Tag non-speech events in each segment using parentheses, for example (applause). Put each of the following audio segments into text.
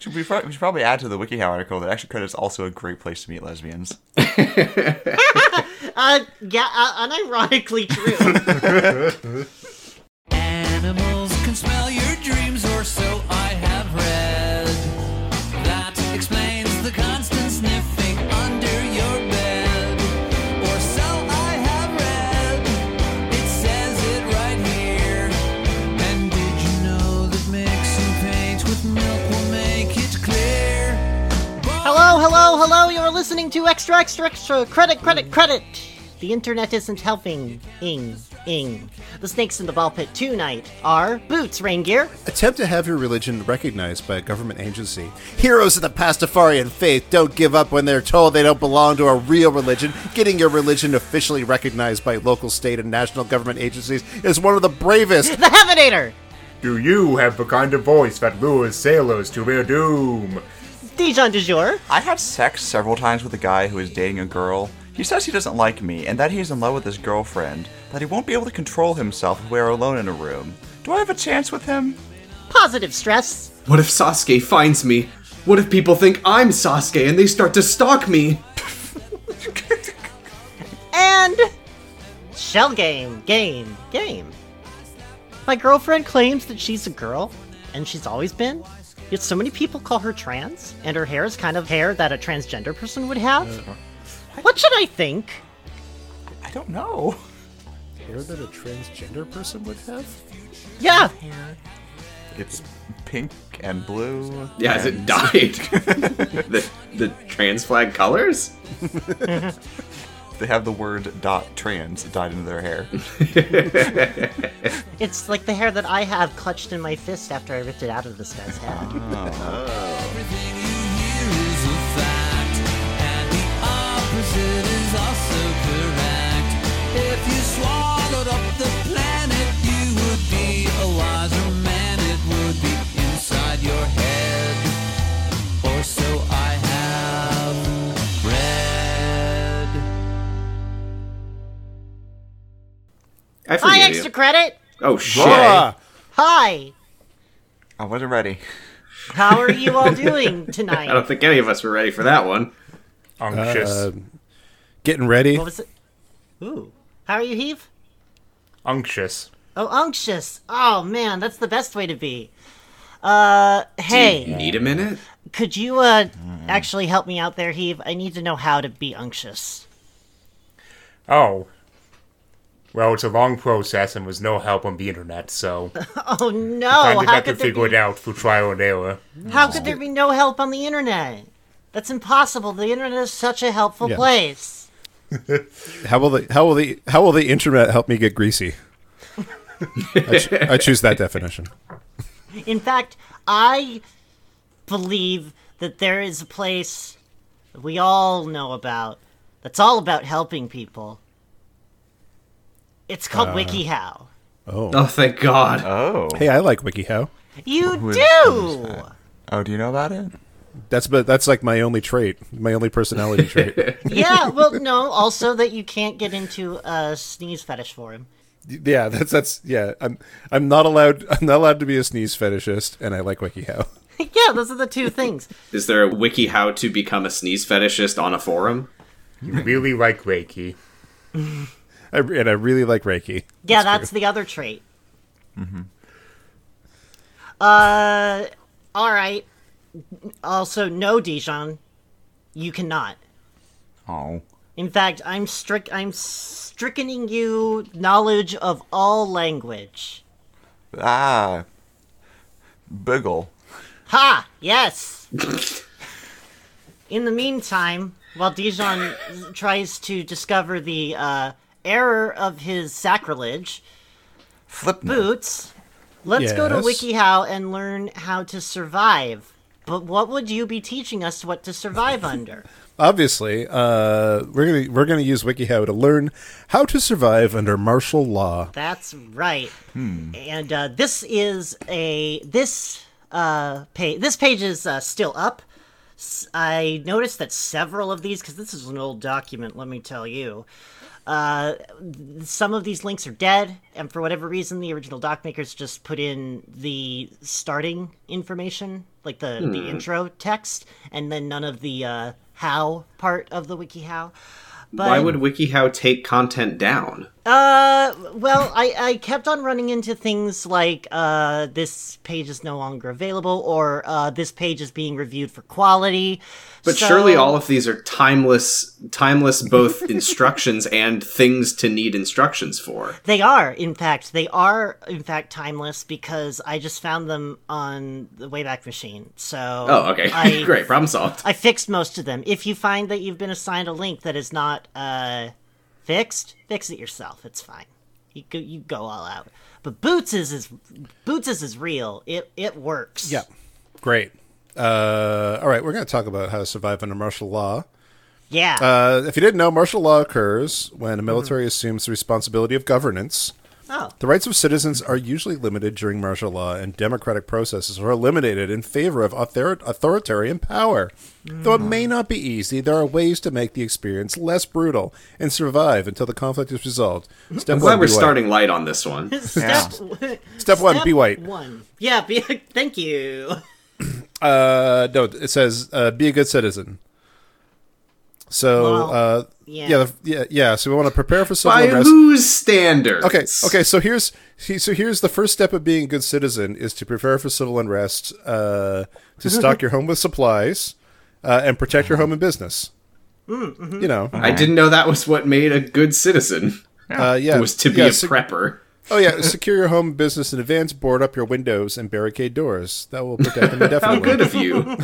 Should we, pro- we should probably add to the WikiHow article that actually credits also a great place to meet lesbians. Uh, yeah, uh, unironically true. Animals can smell your dreams, or so I have read. That explains the constant sniffing under your bed. Or so I have read. It says it right here. And did you know that mixing paint with milk will make it clear? hello, hello, hello. You're listening to extra, extra, extra. Credit, credit, credit. The internet isn't helping. Ing, ing. The snakes in the ball pit tonight are boots, rain gear. (laughs) Attempt to have your religion recognized by a government agency. Heroes of the Pastafarian faith don't give up when they're told they don't belong to a real religion. Getting your religion officially recognized by local, state, and national government agencies is one of the bravest. The Heavenator. Do you have the kind of voice that lures sailors to their doom? Dijon du jour. I had sex several times with a guy who is dating a girl. He says he doesn't like me and that he is in love with his girlfriend, that he won't be able to control himself if we are alone in a room. Do I have a chance with him? Positive stress. What if Sasuke finds me? What if people think I'm Sasuke and they start to stalk me? And. Shell game, game, game. My girlfriend claims that she's a girl, and she's always been. Yet so many people call her trans, and her hair is kind of hair that a transgender person would have. What should I think? I don't know. Hair that a transgender person would have? Yeah, It's pink and blue. Yeah, as it died. the, the trans flag colors? They have the word dot trans dyed into their hair. it's like the hair that I have clutched in my fist after I ripped it out of this guy's head. Everything you hear is a fact, and the opposite is also correct. If you swallowed up the planet, you would be a wiser man. It would be inside your head, or so I have read. I forgive Hi, you. extra credit! Oh shit! Ah, Hi! I wasn't ready. How are you all doing I don't tonight? think any of us were ready for that one. Unctuous. Um, getting ready. What was it? Ooh. How are you, Heave? Unctuous. Oh, unctuous. Oh, man, that's the best way to be. Uh, hey. Do you need a minute? Could you uh Mm-hmm. actually help me out there, Heave? I need to know how to be unctuous. (laughs) Oh. Well, it's a long process and was no help on the (laughs) internet, so Oh no! kind of how had to could there figure it be, out through trial and error. how could there be no help on the internet? That's impossible. The internet is such a helpful Yeah. place. How will the how will the how will the internet help me get greasy? I, ch- I choose that definition. In fact, I believe that there is a place that we all know about that's all about helping people. It's Uh. called WikiHow. Oh, thank God. Oh. Hey, I like WikiHow. You who is- who do. (laughs) Oh, do you know about it? That's but that's like my only trait, my only personality trait. yeah. Well, no. Also, that you can't get into a sneeze fetish for him. (laughs) yeah, that's that's yeah. I'm I'm not allowed I'm not allowed to be a sneeze fetishist, and I like WikiHow. Yeah, those are the (laughs) two things. Is there a wiki how to become a sneeze fetishist on a forum? You really like Reiki. I, re- and I really like Reiki. Yeah, that's the other trait. Mm-hmm. Uh, all right. Also, no, Dijon, you cannot. Oh. In fact, I'm strict. I'm strickening you knowledge of all language. Ah. Boogle. Ha! Yes. In the meantime, while Dijon tries to discover the uh, error of his sacrilege, Flip. Boots, let's go to Yes? WikiHow and learn how to survive. But what would you be teaching us what to survive under? Obviously, uh, we're gonna we're gonna use WikiHow to learn how to survive under martial law. That's right. And uh, this is a this uh page. This page is uh, still up. S- I noticed that several of these, because this is an old document. Let me tell you. Uh, th- some of these links are dead, and for whatever reason, the original doc makers just put in the starting information, like the, the intro text, and then none of the uh, how part of the wiki how. But, Why would WikiHow take content down? uh, well, I, I kept on running into things like uh, this page is no longer available, or uh, this page is being reviewed for quality. But So- surely all of these are timeless, timeless (laughs) both instructions and things to need instructions for. They are, in fact, they are, in fact, timeless because I just found them on the Wayback Machine. So. Oh, okay, (laughs) I, (laughs) great, problem solved. I fixed most of them. If you find that you've been assigned a link that is not uh, fixed, fix it yourself. It's fine. You go, you go all out. But Boots is is Boots is, is real. It it works. Yeah. Great. Uh, all right, we're going to talk about how to survive under martial law. Yeah. Uh, if you didn't know, martial law occurs when a military assumes the responsibility of governance. oh. The rights of citizens are usually limited during martial law, and democratic processes are eliminated in favor of author- authoritarian power. Though it may not be easy, there are ways to make the experience less brutal and survive until the conflict is resolved. Step one, I'm glad we're be white. starting light on this one. Step, (laughs) Step one, be white. One. Yeah. Be, (laughs) thank you. Uh, no, it says uh, be a good citizen. So, Well, uh, yeah, yeah. yeah, the- yeah, yeah. So we want to prepare for civil By unrest. whose standards? Okay, okay. So here's he- so here's the first step of being a good citizen is to prepare for civil unrest, uh, to stock your home with supplies, uh, and protect your home and business. You know, I didn't know that was what made a good citizen. uh, yeah, Was to be yeah, a sec- prepper. Oh yeah, secure your home and business in advance. Board up your windows and barricade doors. That will protect them (laughs) How indefinitely. good of you!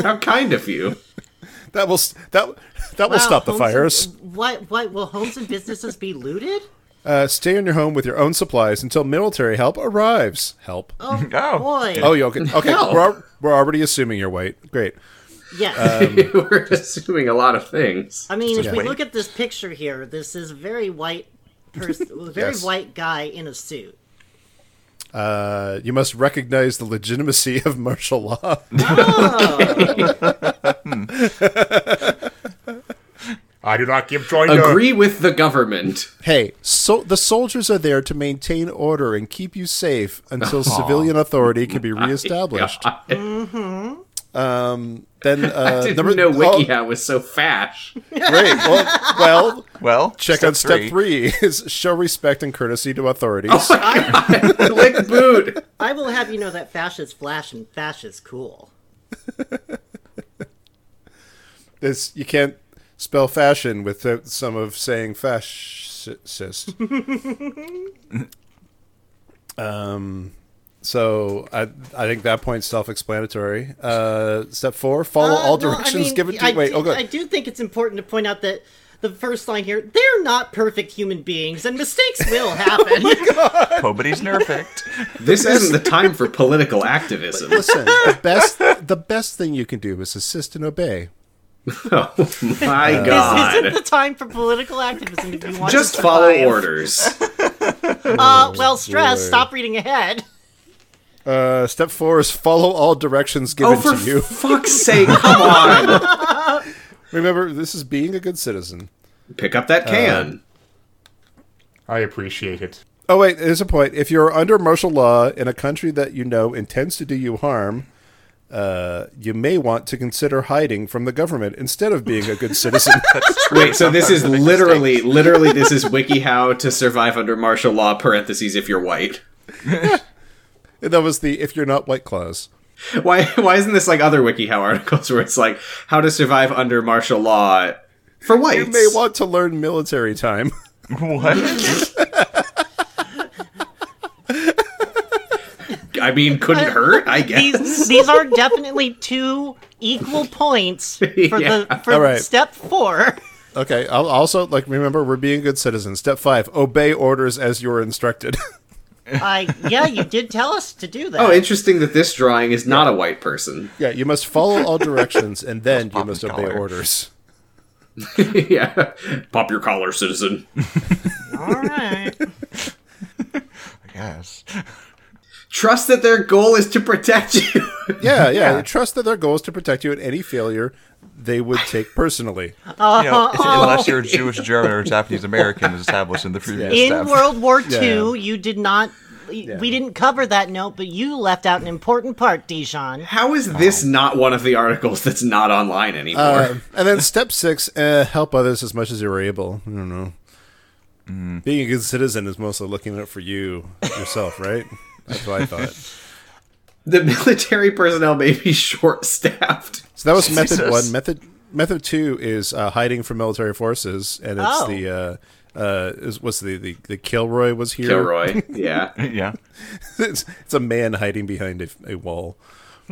(laughs) How kind of you! (laughs) That will s- that that will Wow, stop the homes fires. And, what? What? Will homes and businesses be (laughs) looted? Uh, stay in your home with your own supplies until military help arrives. Help. Oh, Oh, Oh. boy. you okay? Okay, No. we're, al- we're already assuming you're white. Great. Yes. uh, We're assuming a lot of things. (laughs) I mean, if we wait. look at this picture here, this is a very white (laughs) person, very Yes. white guy in a suit. Uh, you must recognize the legitimacy of (laughs) martial law. I do not give joy to Agree with the government. hey, so the soldiers are there to maintain order and keep you safe (laughs) until civilian authority can be reestablished. Um, then uh, (laughs) I didn't number know oh, WikiHow was so (laughs) fash. great. (laughs) Well, well, Well, check on step three. (laughs) is show respect and courtesy to authorities. Oh Click boot. I will have you know that fash is flash and fash is cool. This you can't spell fashion without some of (laughs) saying fascist. um, so I I think that point's self-explanatory. Uh, step four: follow Uh, all no, I directions mean, given to. I wait, do, oh, I (laughs) good. do think it's important to point out that the first line here, they're not perfect human beings, and mistakes (laughs) will Oh happen. Nobody's perfect. This isn't the time for political activism. Listen, the best the best thing you can do is assist and obey. (laughs) Oh my this isn't god. the time for political activism if you want Just to follow survive. orders. Uh, well, stress. boy. Stop reading ahead. Uh, step four is follow all directions Oh, given for to you. fuck's sake, (laughs) come on. Remember, this is being a good citizen. Pick up that Uh, can. I appreciate it. Oh wait, there's a point. If you're under martial law in a country that you know intends to do you harm, uh, you may want to consider hiding from the government instead of being a good citizen. (laughs) Wait, so this is literally, literally, this is WikiHow to survive under martial law, parentheses, if you're white. and that was the if you're not white clause. Why, why isn't this like other WikiHow articles where it's like, how to survive under martial law for whites? You may want to learn military time. (laughs) What? I mean, couldn't hurt, I guess. these these are definitely two equal (laughs) points for the for All right. step four. okay. I'll also like remember we're being good citizens. Step five: obey orders as you're instructed. (laughs) I yeah, you did tell us to do that. Oh, interesting that this drawing is not a white person. (laughs) yeah, you must follow all directions, and then you must obey collar. orders. yeah. Pop your collar, (laughs) citizen. all right. yes. Trust that their goal is to protect you. Yeah, yeah. Trust that their goal is to protect you, and any failure they would take personally. You know, unless you're Jewish, German, or Japanese American, as established in the previous In step. World War II, Yeah. you did not. We didn't cover that note, but you left out an important part, Dijon. How is this not one of the articles that's not online anymore? Um, and then step six: uh, help others as much as you are able. I don't know. Mm. Being a good citizen is mostly looking out for you yourself, (laughs) right? That's what I thought. the military personnel may be short-staffed. So that was method Jesus. one. Method method two is uh, hiding from military forces, and it's Oh. the uh, uh, is, what's the, the the Kilroy was here. Kilroy, (laughs) yeah. Yeah. (laughs) it's, it's a man hiding behind a, a wall.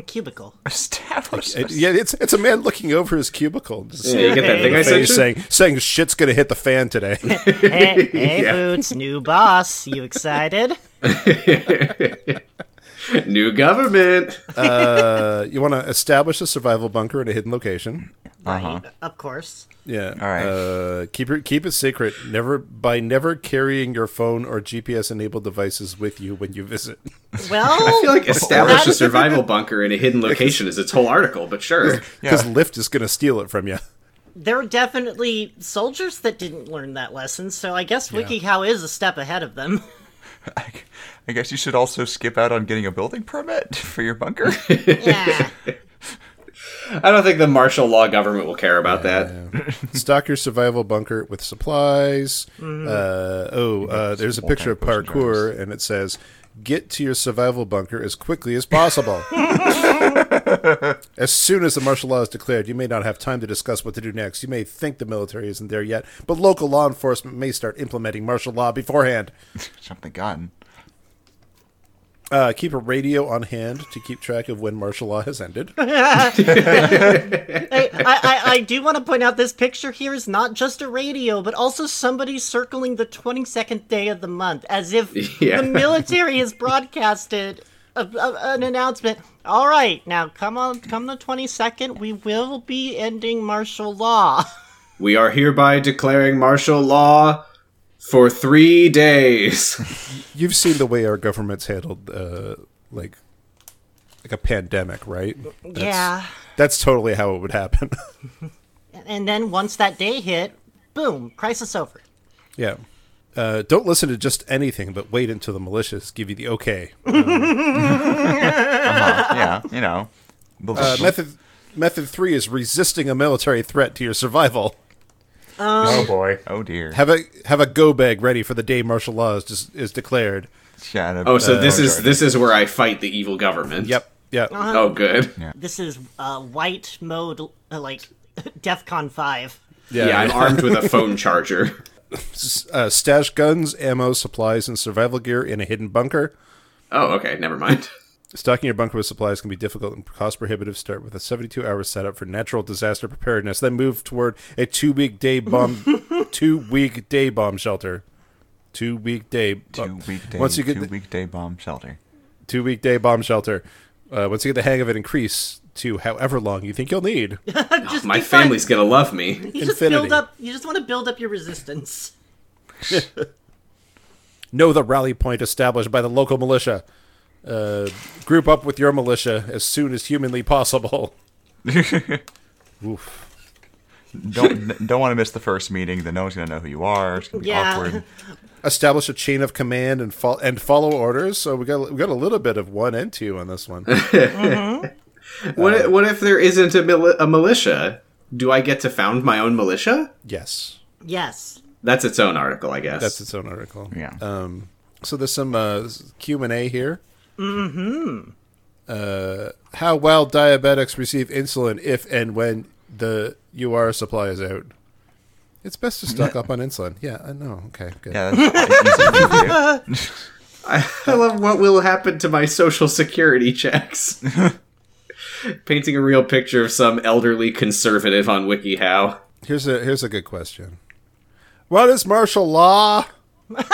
Cubicle. Established. It- Uh, yeah, it's it's a man looking over his cubicle. Just Yeah, you get that thing I saying, sent you? saying saying shit's gonna hit the fan today. (laughs) Hey, hey (laughs) Yeah. Boots, new boss. You excited? New government. uh, you want to establish a survival bunker in a hidden location. Uh-huh. Of course. Yeah. All right. Uh, keep your keep it secret. Never by never carrying your phone or GPS enabled devices with you when you visit. (laughs) I feel Well, like establish a survival bunker in a hidden location is its whole article, but sure. Because Lyft is gonna steal it from you. there were definitely soldiers that didn't learn that lesson, so I guess WikiHow is a step ahead of them. I, I guess you should also skip out on getting a building permit for your (laughs) bunker. Yeah. (laughs) I don't think the martial law government will care about that. (laughs) Stock your survival bunker with supplies. Uh, oh, uh, there's a picture of multiple potion parkour, and it says, "Get to your survival bunker as quickly as (laughs) possible." as soon as the martial law is declared, you may not have time to discuss what to do next. You may think the military isn't there yet, but local law enforcement may start implementing martial law beforehand. Jump the gun. Uh, keep a radio on hand to keep track of when martial law has ended. Hey, I, I, I do want to point out this picture here is not just a radio, but also somebody circling the 22nd day of the month, as if Yeah. the military has broadcasted a, a- an announcement. All right, now come on, come the 22nd, we will be ending martial law. We are hereby declaring martial law for three days. (laughs) You've seen the way our government's handled, uh, like, like a pandemic, right? That's- yeah. That's totally how it would happen. (laughs) And then once that day hit, boom, crisis over. yeah. Uh, don't listen to just anything, but wait until the militias give you the okay. Yeah, you know. Uh, method method three is resisting a military threat to your survival. Um, oh boy. oh dear. Have a have a go bag ready for the day martial law is, just, is declared. Shadow. Oh, so this is this is where I fight the evil government. Uh, Yep. Yeah. (laughs) Oh, good. Yeah, This is uh, white mode, uh, like (laughs) DEFCON 5. I'm armed with (laughs) a phone charger. uh, stash guns, ammo, supplies, and survival gear in a hidden bunker. Oh, okay, never mind. Stocking your bunker with supplies can be difficult and cost prohibitive. Start with a 72 hour setup for natural disaster preparedness, then move toward a two week day bomb, two week day bomb shelter. Two week day. two Bomb. weekday once you get two the, weekday bomb shelter. two week day bomb shelter. Uh, once you get the hang of it, increase to however long you think you'll need. Just My be fine. family's gonna love me. You just Ah, Infinity. build up. You just want to build up your resistance. know the rally point established by the local militia. Uh, group up with your militia as soon as humanly possible. (laughs) Oof. Don't (laughs) n- don't want to miss the first meeting. Then no one's gonna know who you are. It's gonna be Yeah. (laughs) awkward. establish a chain of command and fol- and follow orders. So we got we got a little bit of one and two (laughs) on this one. What Uh, if, what if there isn't a, mili- a militia? Do I get to found my own militia? yes, Yes. That's its own article, I guess. that's its own article. Yeah. Um. So there's some uh, Q and A here. Mm-hmm. Uh, how well diabetics receive insulin if and when the UR supply is out. It's best (laughs) to stock up on insulin. Yeah, I know. Okay, good. Yeah, that's easy (laughs) to do. I love what will happen to my social security checks. (laughs) Painting a real picture of some elderly conservative on WikiHow. Here's a here's a good question. What is martial law? a,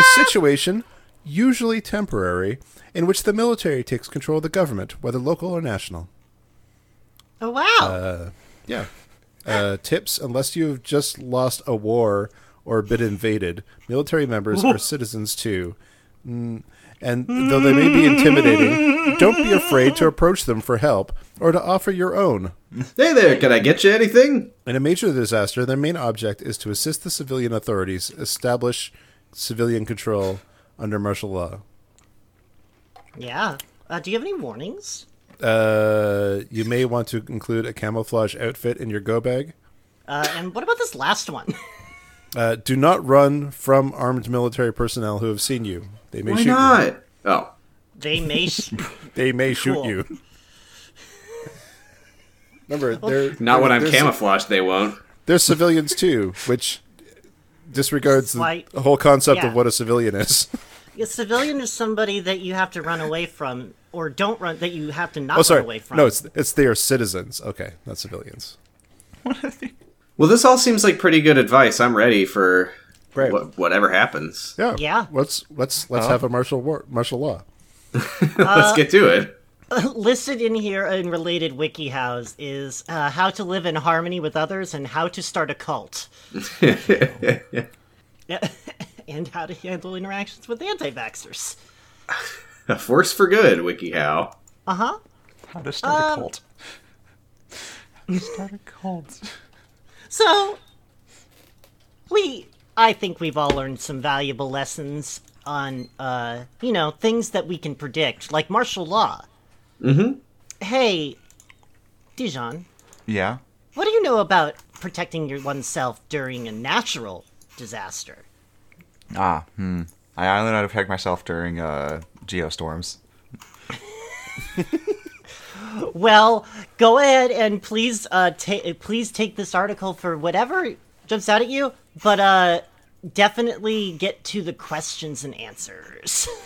a situation, usually temporary, in which the military takes control of the government, whether local or national. Oh wow. Yeah. Uh, tips: Unless you have (laughs) just lost a war or been invaded, military members are citizens too. Mm, And though they may be intimidating, don't be afraid to approach them for help or to offer your own. Hey there, can I get you anything? In a major disaster, their main object is to assist the civilian authorities establish civilian control under martial law. Yeah. Uh, do you have any warnings? Uh, you may want to include a camouflage outfit in your go bag. Uh, and what about this last one? Uh, do not run from armed military personnel who have seen you. They may Why shoot you. not? Oh, they may. (laughs) Sh- They may Cool. shoot you. Remember, they're not when I'm they're- camouflaged, they won't. (laughs) They're civilians too, which disregards the Slight- the whole concept yeah. of what a civilian is. a civilian is somebody that you have to run away from, or don't run. That you have to not Oh, run away sorry. from. No, it's it's they are citizens. Okay, not civilians. Well, this all seems like pretty good advice. I'm ready for Great. wha- whatever happens. Yeah. Yeah. Let's let's let's have a martial war, martial law. Let's get to it. listed in here in related wiki hows is uh, how to live in harmony with others and how to start a cult. Yeah, and how to handle interactions with anti-vaxxers. A force for good, WikiHow. Oh, Uh-huh. How to start a cult. Um, (laughs) How to start a cult. So we I think we've all learned some valuable lessons on uh, you know, things that we can predict, like martial law. Mm-hmm. Hey, Dijon, Yeah. What do you know about protecting your oneself during a natural disaster? Ah, hmm. I only know how to protect myself during uh, geostorms. Well, go ahead and please uh ta- please take this article for whatever jumps out at you, but uh definitely get to the questions and answers. (laughs)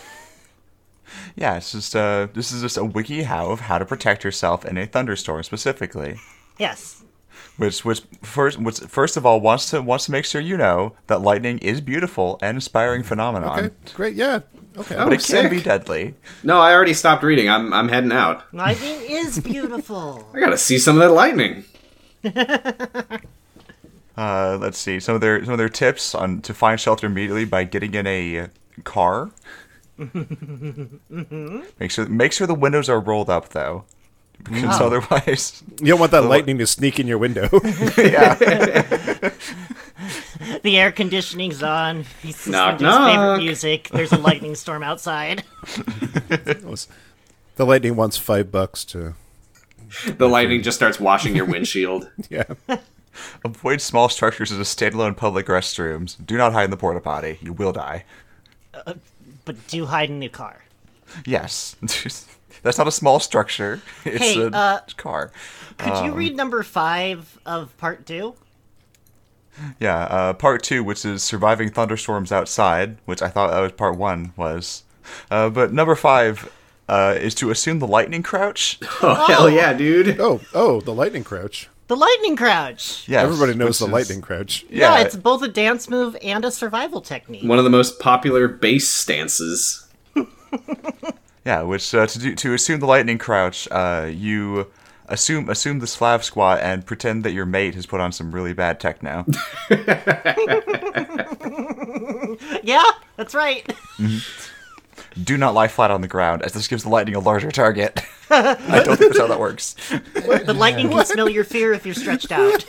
Yeah, it's just uh, this is just a wiki how of how to protect yourself in a thunderstorm specifically. yes. Which which first which first of all wants to wants to make sure you know that lightning is beautiful and inspiring phenomenon, Okay, great. Yeah. Okay. but it sick. can be deadly. No, I already stopped reading. I'm I'm heading out. Lightning is beautiful. I gotta see some of that lightning. Uh, let's see some of their some of their tips on to find shelter immediately by getting in a (laughs) car. make sure make sure the windows are rolled up though, because otherwise, (laughs) You don't want that lightning to sneak in your (laughs) window. (laughs) The air conditioning's on. He's listening Knock, to his favorite knock. music. There's a lightning storm outside. the lightning wants five bucks to. The lightning just starts washing (laughs) your windshield. Yeah. avoid small structures as a standalone public restrooms. Do not hide in the porta potty; you will die. But do hide in the car. Yes, (laughs) that's not a small structure; it's Hey, a uh, car. Could Um. you read number 5 of part 2? Yeah, uh, part two, which is surviving thunderstorms outside, which I thought that was part one was, uh, but number five uh, is to assume the lightning (coughs) crouch. Oh, hell yeah, dude. Oh, oh, the lightning crouch. The lightning crouch. Yes, Everybody knows which the is- lightning crouch. Yeah, Yeah, it's both a dance move and a survival technique. One of the most popular base stances. yeah. Which uh, to do, to assume the lightning crouch, uh, you assume assume the Slav squat and pretend that your mate has put on some really bad (laughs) techno. Yeah, that's right. do not lie flat on the ground, as this gives the lightning a larger target. (laughs) I don't think that's how that works. The lightning can smell your fear if you're stretched out.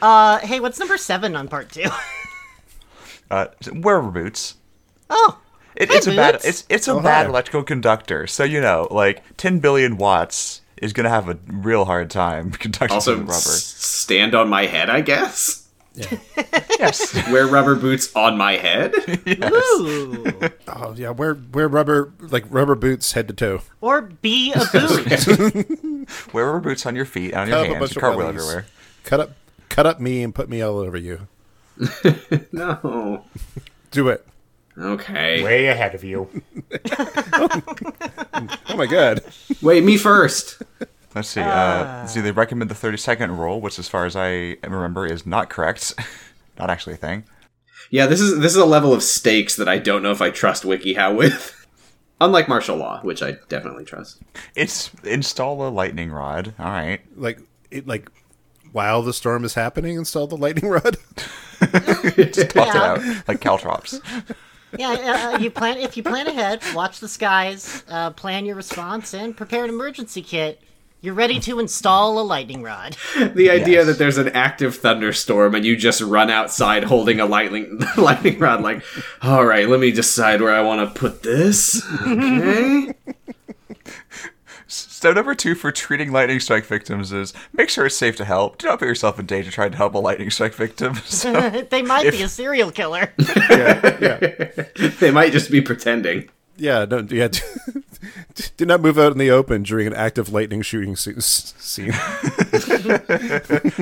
uh, hey, what's number seven on part two? (laughs) Uh, wear boots. Oh, It, Hi, it's a bad Boots. it's it's a Oh, bad hi. electrical conductor. So you know, like ten billion watts is gonna have a real hard time (laughs) conducting Also, some Mm, rubber. s- stand on my head, I guess. (laughs) yes. Wear rubber boots on my head. (laughs) ooh, Oh yeah, wear wear rubber like rubber boots head to toe. or be a boot. Wear rubber boots on your feet and on Cut your up a hands. bunch You of cartwheel wellies. everywhere. Cut up cut up me and put me all over you. No. Do it. Okay. Way ahead of you. Oh my god. Wait, me first. Let's see. Uh, let's see, they recommend the thirty second rule, which, as far as I remember, is not correct. (laughs) not actually a thing. Yeah, this is this is a level of stakes that I don't know if I trust WikiHow with. (laughs) Unlike martial law, which I definitely trust. It's install a lightning rod. All right. Like it like while the storm is happening, install the lightning (laughs) rod. Toss Yeah. it out like caltrops. Yeah, uh, you plan if you plan ahead, watch the skies, uh, plan your response, and prepare an emergency kit. You're ready to install a lightning rod. (laughs) The idea that there's an active thunderstorm and you just run outside holding a lightning (laughs) lightning rod, like, all right, let me decide where I want to put this. (laughs) Okay. Step number two for treating lightning strike victims is make sure it's safe to help. Do not put yourself in danger trying to help a lightning strike victim. (laughs) So, they might be a serial killer. Oh, they might just be pretending. yeah, don't. Yeah, (laughs) do, do not move out in the open during an active lightning shooting se- s- (laughs) scene.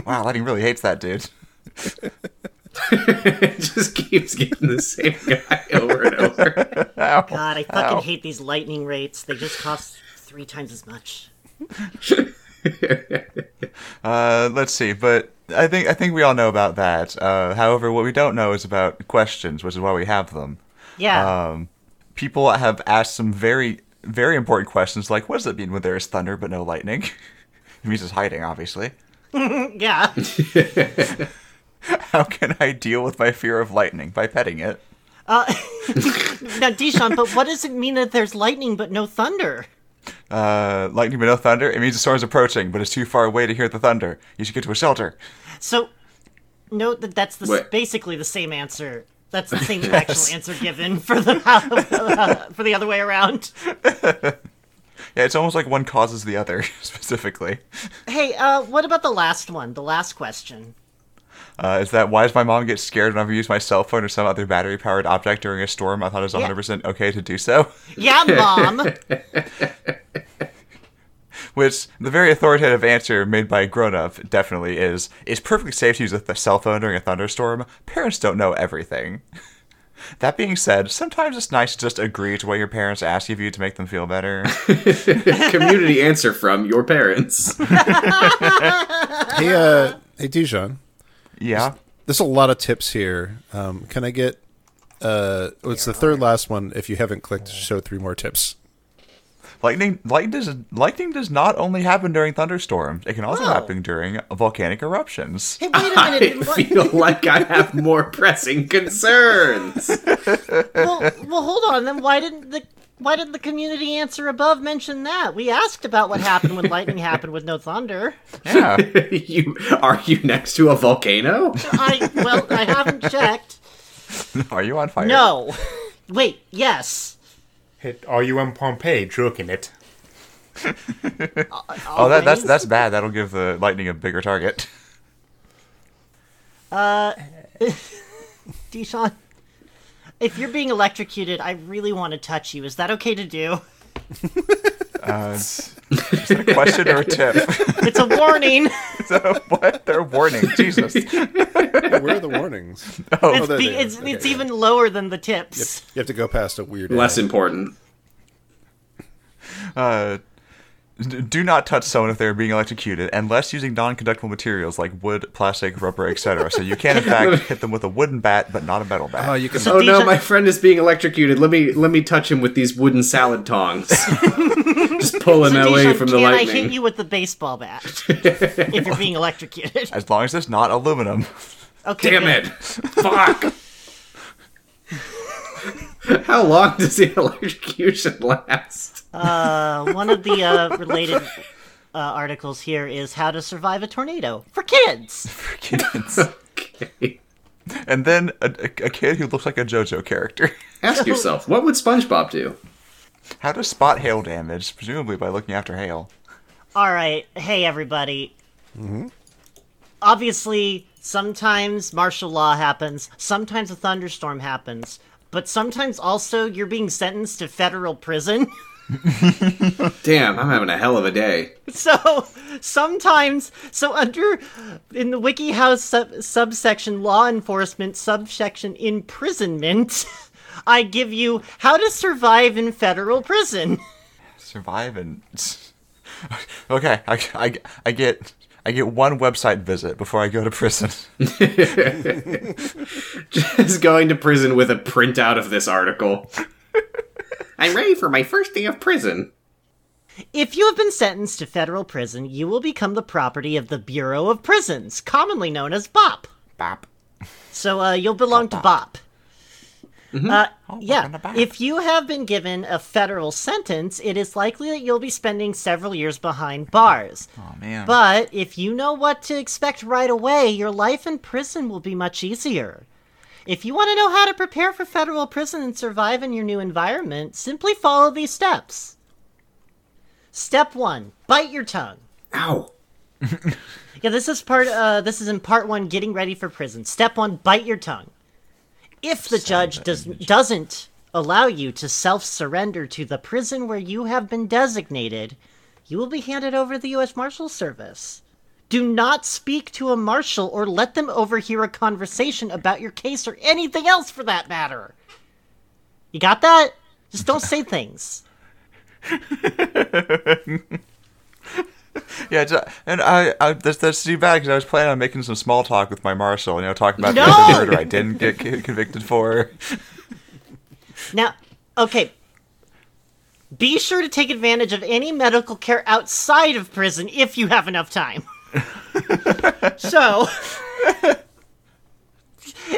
wow, lightning really hates that dude. (laughs) It just keeps getting the same guy (laughs) over and over. God, I fucking hate these lightning rates. They just cost three times as much. Uh, let's see, but I think I think we all know about that. Uh, however, what we don't know is about questions, which is why we have them. Yeah, Um, people have asked some very very important questions, like what does it mean when there is thunder but no lightning? (laughs) it means it's hiding, obviously. yeah. How can I deal with my fear of lightning by petting it? Now, Dishon, but what does it mean that there's lightning but no thunder? Uh, lightning but no thunder. It means the storm is approaching, but it's too far away to hear the thunder. You should get to a shelter. So, note that that's the, Wait. basically the same answer. That's the same actual answer given for the (laughs) uh, for the other way around. Yeah, it's almost like one causes the other (laughs) specifically. Hey, uh, what about the last one? The last question. Uh, is that why does my mom get scared whenever I use my cell phone or some other battery powered object during a storm? I thought it was 100% okay to do so. (laughs) Yeah, mom. Which the very authoritative answer made by a grown up definitely is it's perfectly safe to use a th- cell phone during a thunderstorm. Parents don't know everything. (laughs) That being said, sometimes it's nice to just agree to what your parents ask of you to make them feel better. Community answer from (laughs) your parents. hey, uh, hey, Dijon. yeah. There's a lot of tips here. Um, can I get? Uh, oh, it's the third last one. If you haven't clicked, show three more tips. Lightning, lightning, does, lightning does not only happen during thunderstorms, it can also Wow. happen during volcanic eruptions. Hey, wait a I minute. What- feel like I have more pressing concerns. (laughs) well, well, hold on. Then why didn't the why didn't the community answer above mention that? We asked about what happened when lightning happened with no thunder. Yeah. you are you next to a volcano? I well, I haven't checked. Are you on fire? No. Wait. Yes. Hit, are you in Pompeii jerking it? Oh, that, that's Alright. that's bad. That'll give the lightning a bigger target. Deshaun, if you're being electrocuted, I really want to touch you. Is that okay to do? (laughs) (laughs) Question or a tip? (laughs) It's a (laughs) warning. so what? They're warning. Jesus. Where are the (laughs) warnings? Oh, it's there be, they are. it's, Okay, it's yeah. even lower than the tips. You have to go past a weird. Less alley. important. Uh, d- do not touch someone if they are being electrocuted, unless using non-conductible materials like wood, plastic, rubber, etc. So you can in fact hit them with a wooden bat, but not a metal bat. Oh, you can. So Oh no, Deshaun- my friend is being electrocuted. Let me let me touch him with these wooden (laughs) salad tongs. Just pull him So, away Deshaun, from the can I lightning. hit you with the baseball (laughs) bat if you're being electrocuted? as long as it's not aluminum. (laughs) Okay. Damn good. it! (laughs) Fuck. How long does the (laughs) electrocution (laughs) last? Uh, one of the uh, related uh, articles here is how to survive a tornado for kids. For kids. And then a, a, a kid who looks like a JoJo character. (laughs) Ask yourself, what would SpongeBob do? How to spot hail damage, presumably by looking after hail. All right. Hey, everybody. Obviously, sometimes martial law happens, sometimes a thunderstorm happens, but sometimes also you're being sentenced to federal prison. (laughs) Damn, I'm having a hell of a day. (laughs) So sometimes, so under in the WikiHow sub- subsection law enforcement subsection imprisonment, (laughs) I give you how to survive in federal prison. survive and (laughs) okay I, I, I get i get one website visit before i go to prison (laughs) Just going to prison with a (laughs) printout of this article. I'm ready for my first day of prison. If you have been sentenced to federal prison, you will become the property of the Bureau of Prisons, commonly known as BOP. Bop. So uh, you'll belong to BOP. Uh, welcome yeah. to BOP. If you have been given a federal sentence, it is likely that you'll be spending several years behind bars. Oh man. But if you know what to expect right away, your life in prison will be much easier. If you want to know how to prepare for federal prison and survive in your new environment, simply follow these steps. Step one: bite your tongue. Ow. Yeah, this is part. Uh, this is in part one, getting ready for prison. Step one: bite your tongue. If the judge does doesn't allow you to self surrender to the prison where you have been designated, you will be handed over to the U.S. Marshal Service. Do not speak to a marshal or let them overhear a conversation about your case or anything else for that matter. You got that? Just don't say things. Yeah, it's, uh, and I, I that's that's too bad because I was planning on making some small talk with my marshal, you know, talking about No! the things I did or I didn't get c- convicted for. Now, okay. Be sure to take advantage of any medical care outside of prison if you have enough time. so,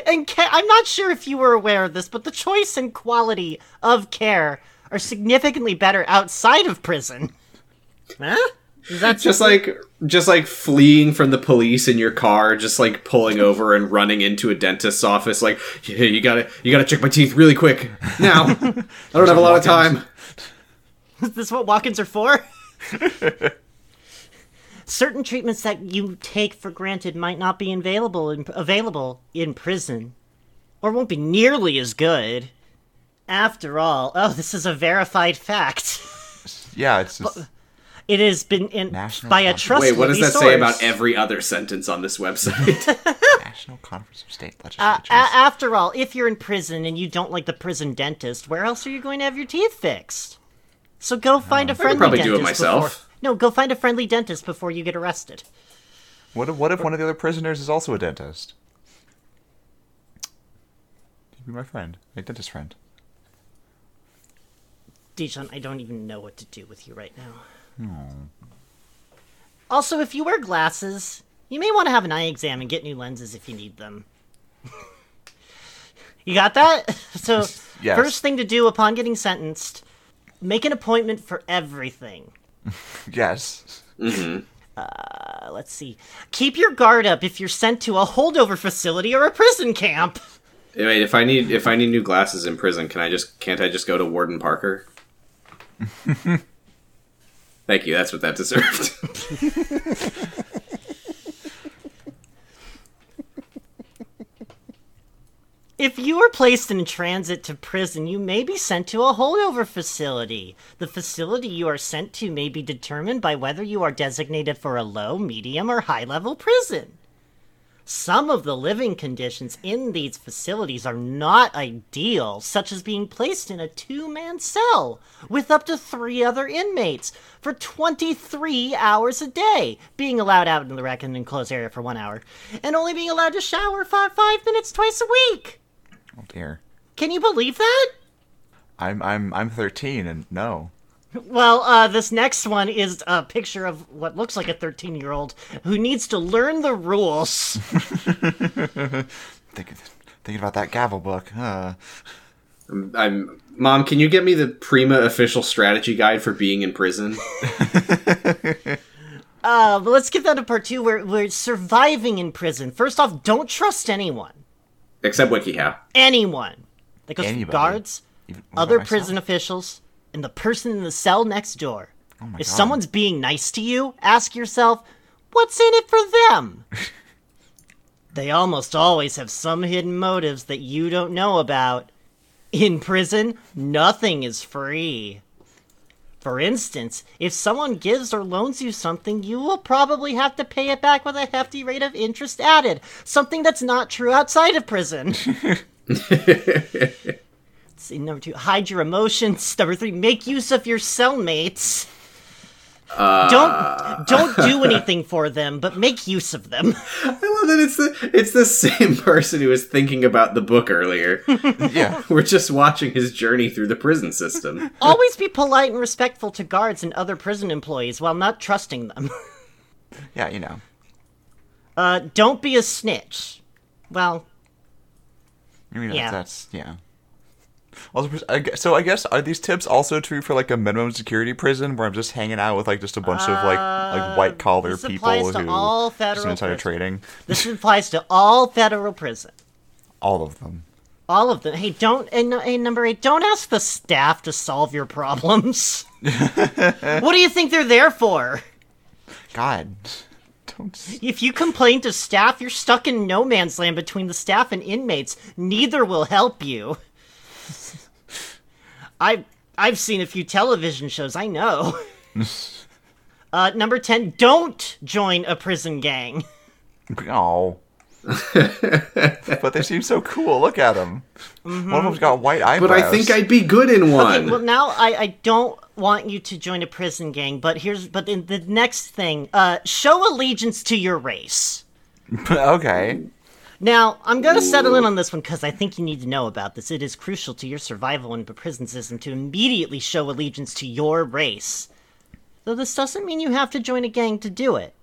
and ca- I'm not sure if you were aware of this, but the choice and quality of care are significantly better outside of prison. Huh? just like just like fleeing from the police in your car just like pulling over and running into a dentist's office like yeah, you gotta you gotta check my teeth really quick (laughs) now i don't have a lot of time Is this what walk-ins are for? Certain treatments that you take for granted might not be available in, available in prison, or won't be nearly as good. After all, oh, this is a verified fact. Yeah, it's just, It has been in, National by a Conference. trustworthy wait what does that source. say about every other sentence on this website (laughs) National Conference of State Uh, Legislatures. a- after all, if you're in prison and you don't like the prison dentist, where else are you going to have your teeth fixed? So go find Oh. a friendly probably do dentist it myself. before- No, go find a friendly dentist before you get arrested. what if what if one of the other prisoners is also a dentist? He'd be my friend, my dentist friend. Dijon, I don't even know what to do with you right now. Hmm. Also, if you wear glasses, you may want to have an eye exam and get new lenses if you need them. (laughs) you got that? (laughs) So, Yes. first thing to do upon getting sentenced, make an appointment for everything. Yes. Uh, let's see. Keep your guard up if you're sent to a holdover facility or a prison camp. wait if i need if i need new glasses in prison can i just can't i just go to warden parker thank you that's what that deserved (laughs) If you are placed in transit to prison, you may be sent to a holdover facility. The facility you are sent to may be determined by whether you are designated for a low, medium, or high level prison. Some of the living conditions in these facilities are not ideal, such as being placed in a two man cell with up to three other inmates for 23 hours a day, being allowed out in the rec and enclosed area for one hour, and only being allowed to shower for five minutes twice a week. Oh dear. Can you believe that? I'm I'm I'm 13 and no. Well, uh, this next one is a picture of what looks like a 13 year old who needs to learn the rules. Think, thinking about that gavel book. Huh. i'm mom can you get me the prima official strategy guide for being in prison Uh, but let's get down to part two where we're surviving in prison. First off, don't trust anyone. except wikihow Anyone. That goes for Anybody. guards, Even- what about other myself? prison officials, and the person in the cell next door. my if God. someone's being nice to you, ask yourself, what's in it for them? they almost always have some hidden motives that you don't know about. In prison, nothing is free. For instance, if someone gives or loans you something, you will probably have to pay it back with a hefty rate of interest added, something that's not true outside of prison. (laughs) (laughs) See, number two, hide your emotions. Number three, make use of your cellmates. don't don't do (laughs) anything for them, but make use of them. (laughs) I love that it's the it's the same person who was thinking about the book earlier. (laughs) (laughs) Yeah. We're just watching his journey through the prison system. Always be polite and respectful to guards and other prison employees while not trusting them. (laughs) Yeah, you know. Uh, don't be a snitch. Well, I mean, Yeah. that's, that's yeah. Also, pres- I gue- so I guess are these tips also true for like a minimum security prison where I'm just hanging out with like just a bunch of like like white collar Uh, this people applies who to all just federal insider prisons. trading, this applies to all federal prison. all of them. All of them. Hey, don't and, nu- hey number eight. Don't ask the staff to solve your problems. (laughs) what do you think they're there for? God, don't. s- If you complain to staff, you're stuck in no man's land between the staff and inmates. Neither will help you. (laughs) I I've seen a few television shows. I know. uh, number ten. Don't join a prison gang. Oh. but they seem so cool. Look at them. Mm-hmm. One of them's got white eyebrows. But I think I'd be good in one. Okay, well now I, I don't want you to join a prison gang, but here's but in the next thing, uh, show allegiance to your race. (laughs) okay. (laughs) Now I'm gonna settle in on this one because I think you need to know about this. It is crucial to your survival in the prison system to immediately show allegiance to your race. Though this doesn't mean you have to join a gang to do it.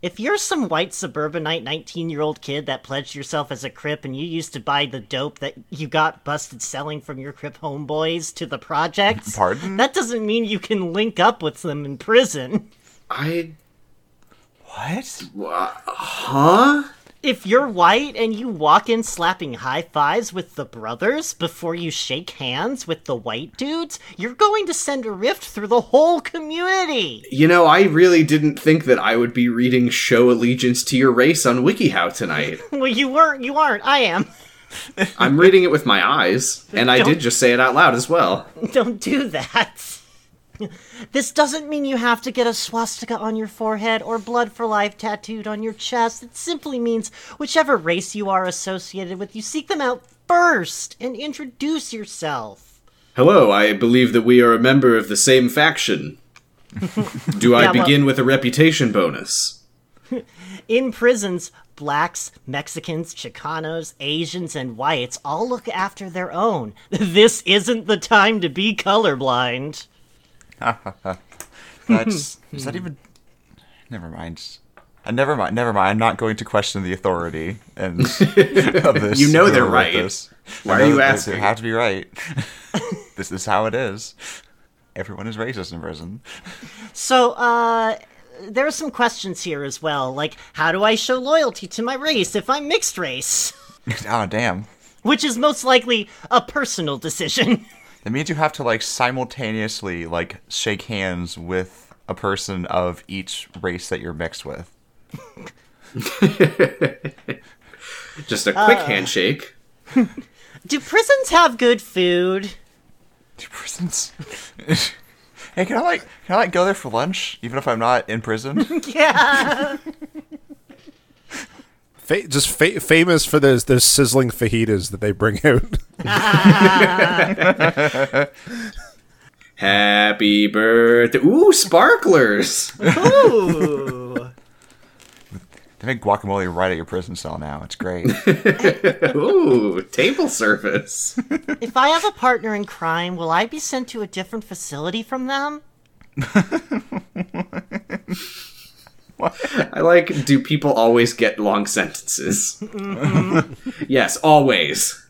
If you're some white suburbanite 19 year old kid that pledged yourself as a Crip and you used to buy the dope that you got busted selling from your Crip homeboys to the projects, Pardon? that doesn't mean you can link up with them in prison. I What? huh? If you're white and you walk in slapping high fives with the brothers before you shake hands with the white dudes, you're going to send a rift through the whole community. You know, I really didn't think that I would be reading "Show Allegiance to Your Race" on WikiHow tonight. Well, you weren't, you aren't, I am. (laughs) I'm reading it with my eyes, and I did just say it out loud as well. Don't do that. (laughs) This doesn't mean you have to get a swastika on your forehead or blood for life tattooed on your chest. It simply means whichever race you are associated with, you seek them out first and introduce yourself. Hello, I believe that we are a member of the (laughs) same faction. Do I Yeah, well- begin with a reputation bonus? In prisons, blacks, Mexicans, Chicanos, Asians, and whites all look after their own. (laughs) This isn't the time to be colorblind. (laughs) That's is that even? Never mind. Uh, never mind. Never mind. I'm not going to question the authority (laughs) and of this. You know whoever they're wrote right. this. Why I are know you that they- asking? They have to be (laughs) right. this is how it is. Everyone is racist in prison. (laughs) So, uh, there are some questions here as well, like how do I show loyalty to my race if I'm mixed race? (laughs) oh damn! Which is most likely a personal decision. (laughs) That means you have to like simultaneously like shake hands with a person of each race that you're mixed with. (laughs) Just a Uh. quick handshake. do prisons have good food? (laughs) Two prisons. (laughs) hey, can I like can I like go there for lunch even if I'm not in prison? Yeah. Fa- just fa- famous for those those sizzling fajitas that they bring (laughs) out. Happy birthday. (laughs) Ooh, sparklers. Ooh. They make guacamole right at your prison cell now. It's (laughs) great. Ooh, table service. if I have a partner in crime, will I be sent to a different facility from them? I like, do people always get long sentences? Mm-hmm. (laughs) yes, always.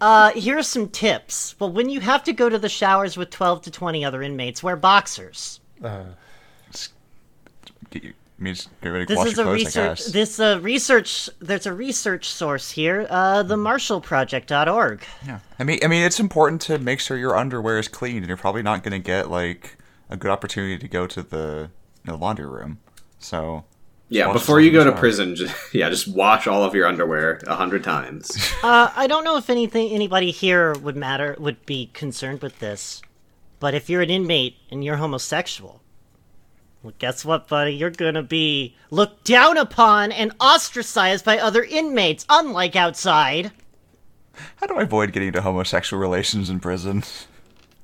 Uh, here are some tips. Well, when you have to go to the showers with 12 to 20 other inmates, wear boxers. Get you- means get ready to This wash is your a clothes, I research. guess. This uh, research. There's a research source here. Uh, Hmm. the MarshallProject.org. yeah. I mean, I mean, it's important to make sure your underwear is clean, and you're probably not going to get like a good opportunity to go to the you know, laundry room. So Yeah, Wash before you yourself in go the to shower. prison, just, (laughs) yeah, just wash all of your underwear a hundred times. Uh, I don't know if anything anybody here would matter would be concerned with this, but if you're an inmate and you're homosexual, well, guess what, buddy? You're gonna be looked down upon and ostracized by other inmates, unlike outside. how do I avoid getting (laughs) into homosexual relations in prison?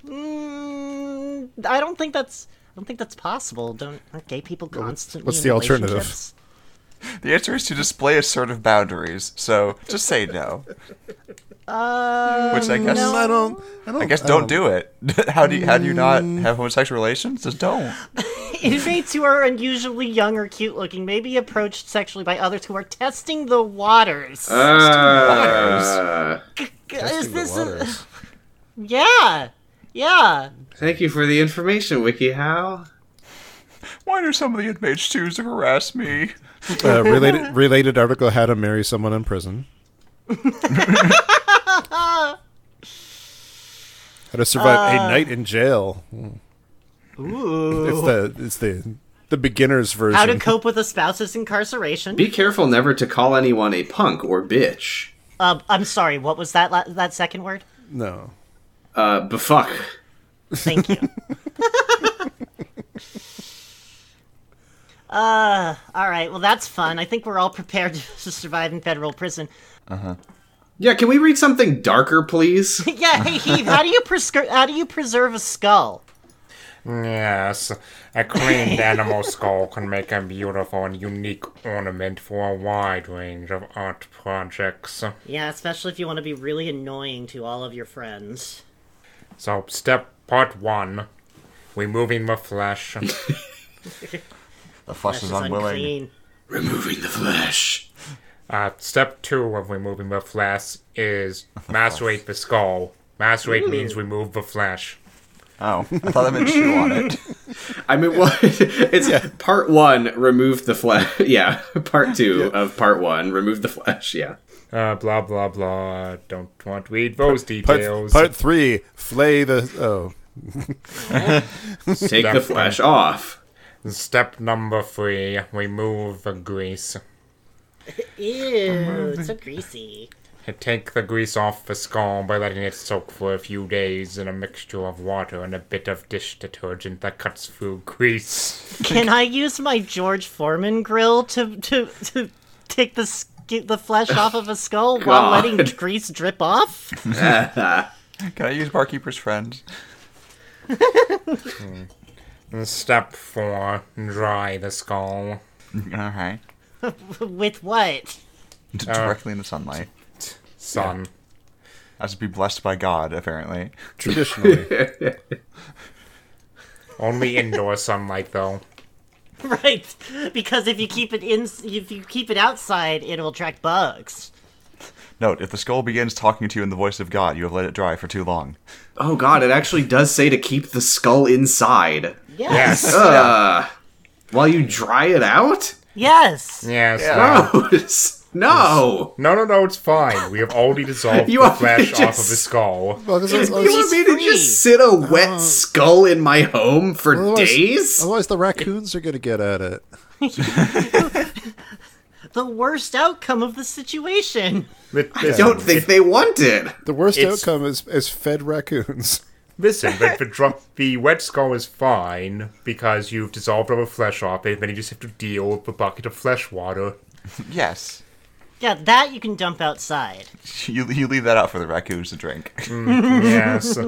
Mm, I don't think that's. don't think that's possible. Don't aren't gay people constantly? what's in the alternative? relationships? (laughs) The answer is to display assertive boundaries. So just say no. Uh, Which Um, I guess I don't. I don't. I guess don't do it. (laughs) how do you, how do you not Mm. have homosexual relations? Just don't. Inmates who are unusually young or cute looking may be approached sexually by others who are testing the waters. Uh, G- Testing Is the this a, waters. yeah. Yeah. thank you for the information, WikiHow. Why do some of the inmates choose to harass me? Uh, (laughs) related related article: How to marry someone in prison. How to survive Uh, a night in jail. Ooh. It's the it's the the beginner's version. How to cope with a spouse's incarceration. Be careful never to call anyone a punk or bitch. Um, I'm sorry. What was that? La- that second word? no. Uh, befuck. Thank you. (laughs) uh, all right. Well, that's fun. I think we're all prepared (laughs) to survive in federal prison. Yeah, can we read something (laughs) darker, please? Yeah. Hey, Heath, how do you prescri- (laughs) How do you preserve a skull? Yes, a (laughs) cleaned animal skull can make a beautiful and unique ornament for a wide range of art projects. Yeah, especially if you want to be really annoying to all of your friends. So, step part one removing the flesh. The flesh This is is unwilling. unclean. Removing the flesh. Uh, step two of removing the flesh is macerate the skull. Macerate means remove the flesh. Oh, I thought that meant chew on (laughs) it. I mean, well, (laughs) it's part one, remove the flesh. (laughs) Yeah, part two of part one, remove the flesh. Yeah. Uh, blah blah blah. Don't want to read those Part, details. part three: Flay the oh. Take the That's flesh off. Step number three: remove the grease. Uh, Ew, it's so greasy. Take the grease off the skull by letting it soak for a few days in a mixture of water and a bit of dish detergent that cuts through grease. Can I use my George Foreman grill to to to take the sk- the flesh off of a skull while God. letting grease drip off? (laughs) Can I use barkeeper's friend? And Step four: dry the skull. All right. With what? Uh, Directly in the sunlight. Sun. As to be blessed by God, apparently. Traditionally, (laughs) Only indoor sunlight though. (laughs) Right, because if you keep it in, if you keep it outside, it will attract bugs. Note: If the skull begins talking to you in the voice of God, you have let it dry for too long. Oh, God, it actually does say to keep the skull inside. Yes, Yes. (laughs) Uh, While you dry it out? yes. Yes. well, Gross. (laughs) No. No, no, no, it's fine. We have already (laughs) dissolved You the want me to flesh off of just- the skull. (laughs) well, 'cause it's- You otherwise, want me She's to free. just sit a wet skull in my home for otherwise- days? otherwise the raccoons are gonna get at it. The worst outcome of the situation. (laughs) Li- I listen, don't think they want it. The worst It's- outcome is is fed raccoons. Listen, the, the, (laughs) dr- the wet skull is fine because you've dissolved all the flesh off it, then you just have to deal with the bucket of (laughs) flesh water. Yes. Yeah, that you can dump outside. You, you leave that out for the raccoons to drink. (laughs) Yes.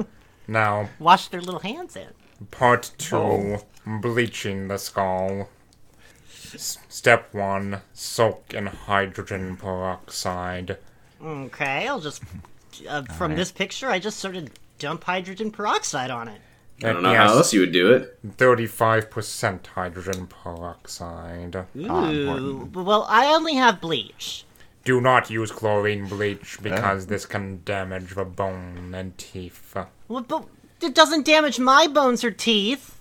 now, Wash their little hands in. part two Oh. bleaching the skull. S- step one soak in hydrogen peroxide. Okay, I'll just uh, from this picture, I just sort of dump hydrogen peroxide on it. I don't know how else you would do it. 35% hydrogen peroxide. Ah, Ooh, well, I only have bleach. Do not use chlorine bleach because this can damage the bone and teeth. Well, but it doesn't damage my bones or teeth.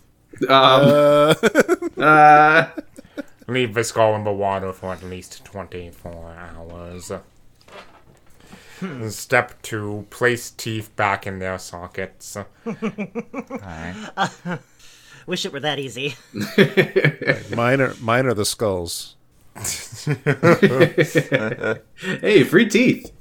Leave the skull in the water for at least 24 hours. Step 2 Place teeth back in their sockets. Wish it were that easy. (laughs) Mine are mine are the skulls. Hey, free teeth.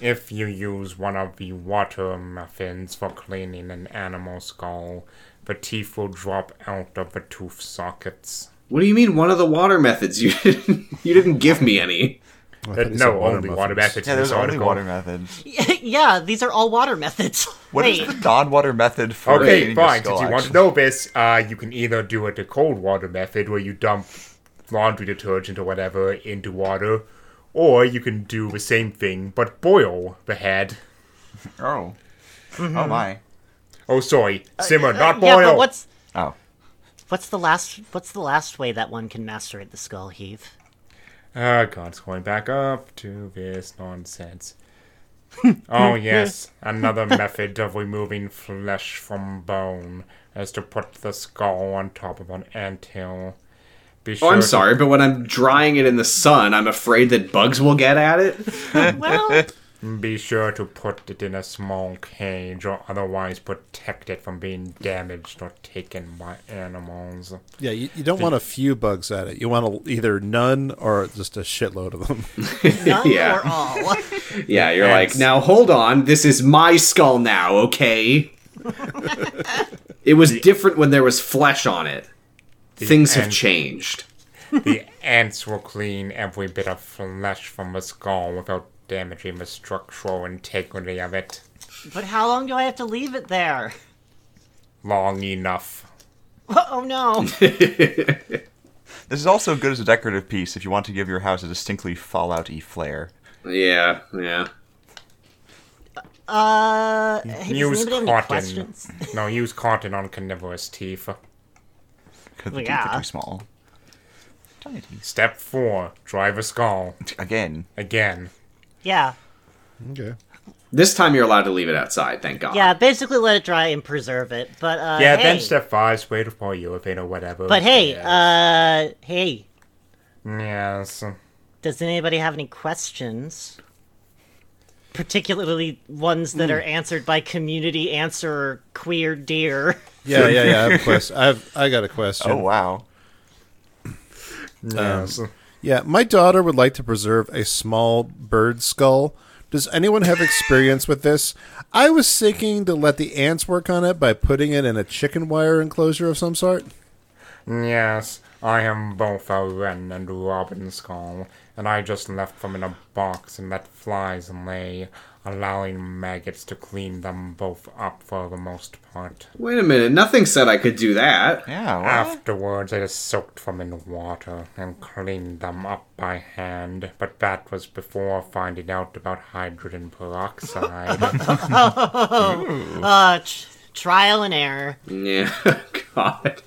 If you use one of the water muffins for cleaning an animal skull, the teeth will drop out of the tooth sockets. (laughs) What do you mean one of the water methods? You didn't, you didn't give me any. Oh, thought Uh, he said no, water only muffins. water methods. Yeah, in this there's only article. water methods. yeah, these are all water methods. What is Wait, the non-water method for Okay, getting your fine. skull Since you want to action? know this, uh, you can either do it the cold water method, where you dump laundry detergent or whatever into water, or you can do the same thing but boil the head. Oh, oh Mm-hmm. my. Oh, sorry, simmer, not Uh, yeah, boil. but what's Oh, what's the last what's the last way that one can macerate the skull heave? Ah, God's going back up to this nonsense. (laughs) (laughs) oh, yes, another method of removing flesh from bone is to put the skull on top of an anthill. Be Oh, sure I'm to- sorry, but when I'm drying it in the sun, I'm afraid that bugs will get at it. (laughs) (laughs) Well, Be sure to put it in a small cage or otherwise protect it from being damaged or taken by animals. Yeah, you, you don't want a few bugs at it. You want a, either none or just a shitload of them. none Yeah. or all. Yeah, you're Yes. like, now hold on, this is my skull now, okay? it was different when there was flesh on it. Things have and- changed. (laughs) The ants will clean every bit of flesh from the skull without damaging the structural integrity of it. (laughs) But how long do I have to leave it there? (laughs) Long enough. Oh (laughs) no. this is also good as a decorative piece if you want to give your house a distinctly Fallout-y flair. Yeah, yeah. Uh, hey, does use anybody have any cotton. questions? no, use cotton on carnivorous teeth. Because the Well, teeth yeah. are too small. Tiny teeth. Step four: dry the skull Again, again. Yeah, (laughs) okay. This time you're allowed to leave it outside, thank God. yeah. Basically, let it dry and preserve it. But uh, yeah, hey, then step five: spray for urethane or whatever. But hey, Yes. uh, hey, yes. does anybody have any questions? Particularly ones Hmm. that are answered by community answerer queer deer. (laughs) Yeah, yeah, yeah. I have a question. I've I got a (laughs) question. Oh wow. Yes. Yeah, my daughter would like to preserve a small bird skull. Does anyone have experience with this? I was thinking to let the ants work on it by putting it in a chicken wire enclosure of some sort. Yes, I am both a wren and robin skull, and I just left them in a box and let flies lay, allowing maggots to clean them both up for the most part. Wait a minute, nothing said I could do that. Yeah. Wow. Afterwards, I just soaked them in water and cleaned them up by hand, but that was before finding out about hydrogen peroxide. Uh, tr- trial and error. Yeah, (laughs) God.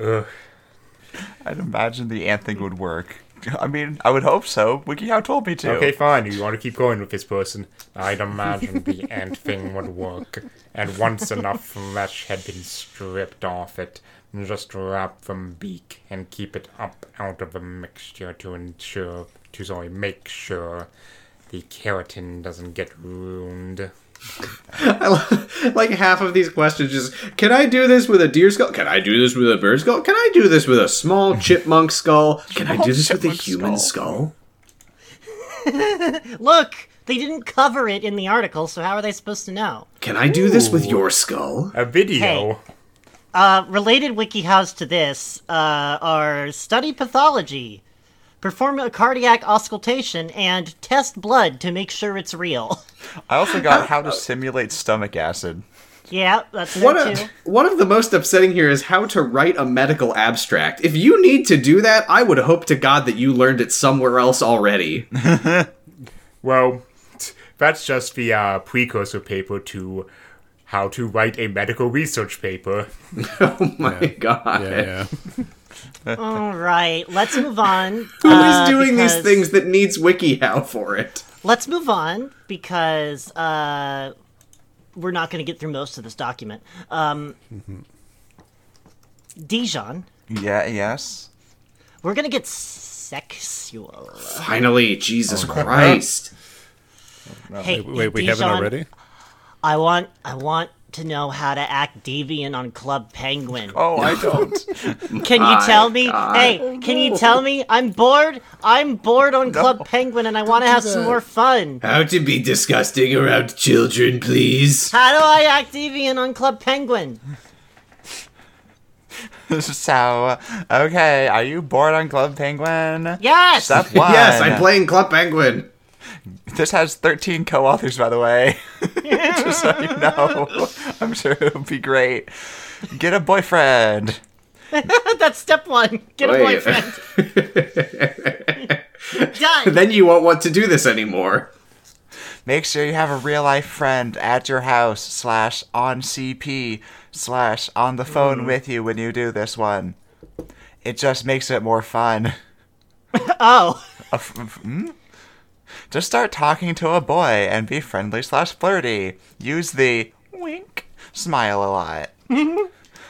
Ugh. I'd imagine the ant thing would work. I mean, I would hope so. WikiHow told me to. Okay, fine. You want to keep going with this person? I'd imagine the ant thing would work. And once enough flesh had been stripped off it, just wrap the beak and keep it up out of the mixture to ensure, to sorry, make sure the keratin doesn't get ruined. I love, (laughs) like half of these questions just can I do this with a deer skull? Can I do this with a bird skull? Can I do this with a small chipmunk skull? Can I do this with a chipmunk human skull? skull. Look, they didn't cover it in the article, so how are they supposed to know? Can I do this with your skull? A video. Uh, related WikiHows to this uh, are study pathology, perform a cardiac auscultation, and test blood to make sure it's real. (laughs) I also got how to simulate stomach acid. yeah, that's One it too. of, one of the most upsetting here is how to write a medical abstract. If you need to do that, I would hope to God that you learned it somewhere else already. (laughs) Well, t- that's just the uh, precursor paper to how to write a medical research paper. oh my God. Yeah, All right, let's move (laughs) on. Who is uh, doing because- these things that needs WikiHow for it? Let's move on because uh, we're not going to get through most of this document. Um, Mm-hmm. Dijon, Yeah. Yes. we're going to get sexual. Finally, Jesus Christ. Hey, Wait, we haven't Dijon, already? I want I want to know how to act deviant on Club Penguin. Oh, I (laughs) don't. can my you tell me? God. Hey, can you tell me? I'm bored. I'm bored on Club Penguin and I want to have some more fun. How to be disgusting around children, please. How do I act deviant on Club Penguin? so, okay, are you bored on Club Penguin? Yes! (laughs) Step one. Yes, I'm playing Club Penguin. This has 13 co-authors, by the way. (laughs) Just so you know, I'm sure it'll be great. Get a boyfriend. (laughs) That's step one. Get a Wait. (laughs) boyfriend. Done. Then you won't want to do this anymore. Make sure you have a real life friend at your house slash on CP slash on the phone with you when you do this one. It just makes it more fun. (laughs) (laughs) Oh, A f- f- hmm? Just start talking to a boy and be friendly slash flirty. Use the wink smile a lot.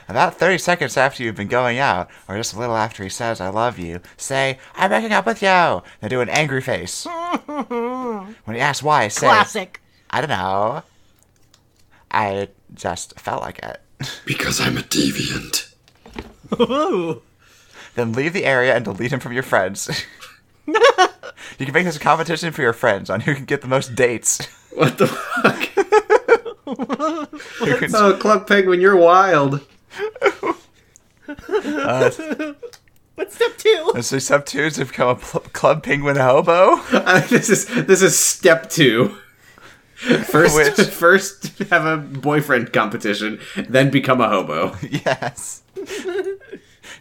About 30 seconds after you've been going out, or just a little after he says, I love you, say, I'm breaking up with you. Then do an angry face. when he asks why, say, classic. I don't know. I just felt like it. (laughs) Because I'm a deviant. Ooh. Then leave the area and delete him from your friends. (laughs) you can make this a competition for your friends on who can get the most dates. What the fuck? (laughs) Who can- Oh, Club Penguin, you're wild. What's step two? so step two is to become a pl- club penguin hobo. Uh, (laughs) this is this is step two. First, Which- (laughs) first have a boyfriend competition, then become a hobo. yes. you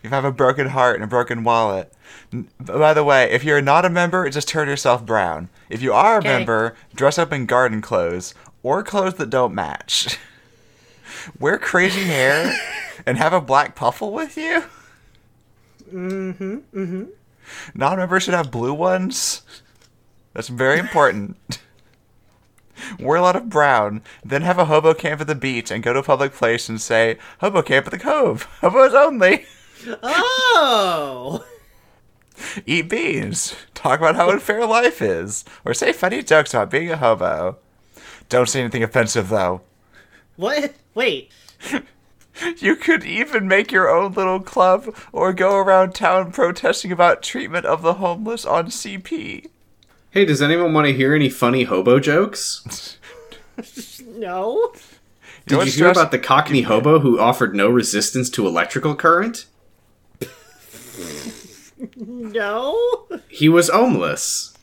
have a broken heart and a broken wallet. N- By the way, if you're not a member, just turn yourself brown. If you are a member, dress up in garden clothes or clothes that don't match. Wear crazy hair and have a black puffle with you. Mm-hmm. Mm-hmm. Non-members should have blue ones. That's very important. wear a lot of brown, then have a hobo camp at the beach and go to a public place and say, Hobo camp at the cove, (laughs) hobos only. Oh. Eat beans. Talk about how unfair life is. Or say funny jokes about being a hobo. Don't say anything offensive though. (laughs) What? Wait. You could even make your own little club or go around town protesting about treatment of the homeless on CP. Hey, does anyone want to hear any funny hobo jokes? No. know Did you what's hear stress- about the Cockney hobo who offered no resistance to electrical current? No. He was homeless.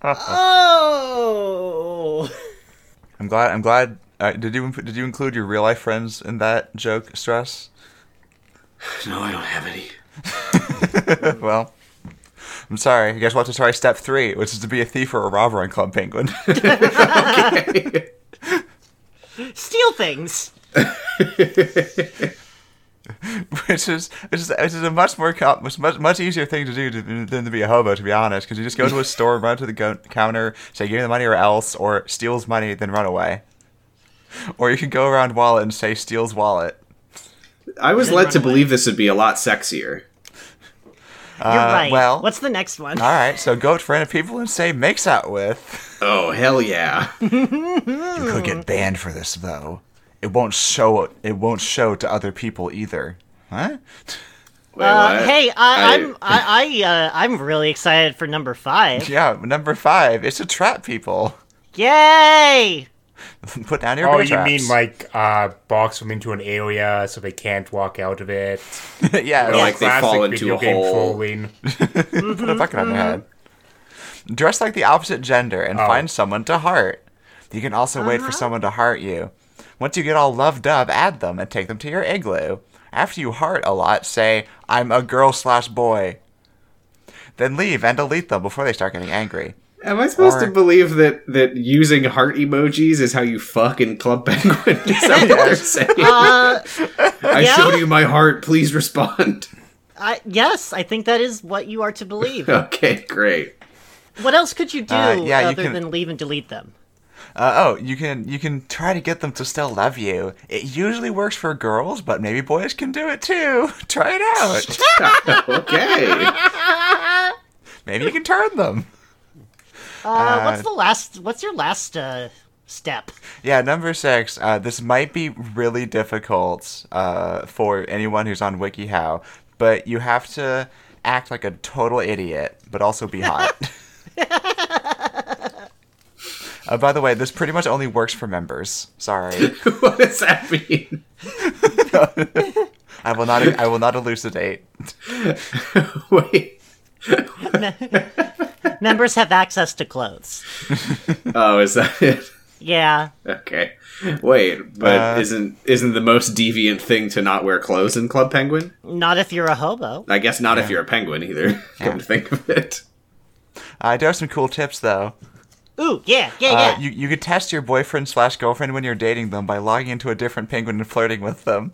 Oh. I'm glad I'm glad uh, did you did you include your real life friends in that joke stress? No, I don't have any. Well, I'm sorry. I guess we'll have to try step three, which is to be a thief or a robber on Club Penguin. (laughs) Steal things. which is which is, which is a much more com- much, much much easier thing to do to, than to be a hobo, to be honest, because you just go to a store, run to the go- counter, say give me the money or else, or steals money, then run away. Or you can go around wallet and say steals wallet. I was led to believe this would be a lot sexier. You're Uh, right. well- what's the next one? All right, so go to random people and say makes out with. Oh hell (laughs) yeah! Uh, You could get banned for this though. It won't show. It won't show to other people either. Huh? Wait, uh, what? hey, I, (laughs) I- I'm I, I uh, I'm really excited for number five. Yeah. Number five. It's a trap, people. Yay! (laughs) Put down your Oh, bear you traps. mean like uh, box them into an area so they can't walk out of it? (laughs) yeah, Or like like they fall Classic into a video game hole. trolling. put a bucket on their (laughs) head. Dress like the opposite gender Oh. and find someone to heart. You can also wait for someone to heart you. Once you get all loved up, add them and take them to your igloo. After you heart a lot, say, I'm a girl slash boy. Then leave and delete them before they start getting angry. Am I supposed Or- to believe that that using heart emojis is how you fuck in Club Penguin? (laughs) Is that what they're saying? I Uh, yeah. showed you my heart. Please respond. (laughs) I, yes, I think that is what you are (laughs) to believe. Okay, great. what else could you do Uh, yeah, you other can- than leave and delete them? Uh, oh, you can you can try to get them to still love you. It usually works for girls, but maybe boys can do it too. (laughs) Try it out. Okay. (laughs) maybe you can turn them. Uh, what's the last? What's your last uh, step? Yeah, number six. Uh, this might be really difficult uh, for anyone who's on WikiHow, but you have to act like a total idiot, but also be (laughs) hot. (laughs) uh, by the way, this pretty much only works for members. Sorry, what does that mean? I've will not. I will not elucidate. (laughs) Uh, Wait. Members have access to clothes. Oh, is that (laughs) it? Yeah. Okay. Wait, but Uh, isn't isn't the most deviant thing to not wear clothes in Club Penguin? Not if you're a hobo. I guess not if you're a penguin either. (laughs) Come to think of it. I do have some cool tips though. Ooh, yeah, yeah, yeah. Uh, you (laughs) you could test your boyfriend slash girlfriend when you're dating them by logging into a different penguin and flirting with them.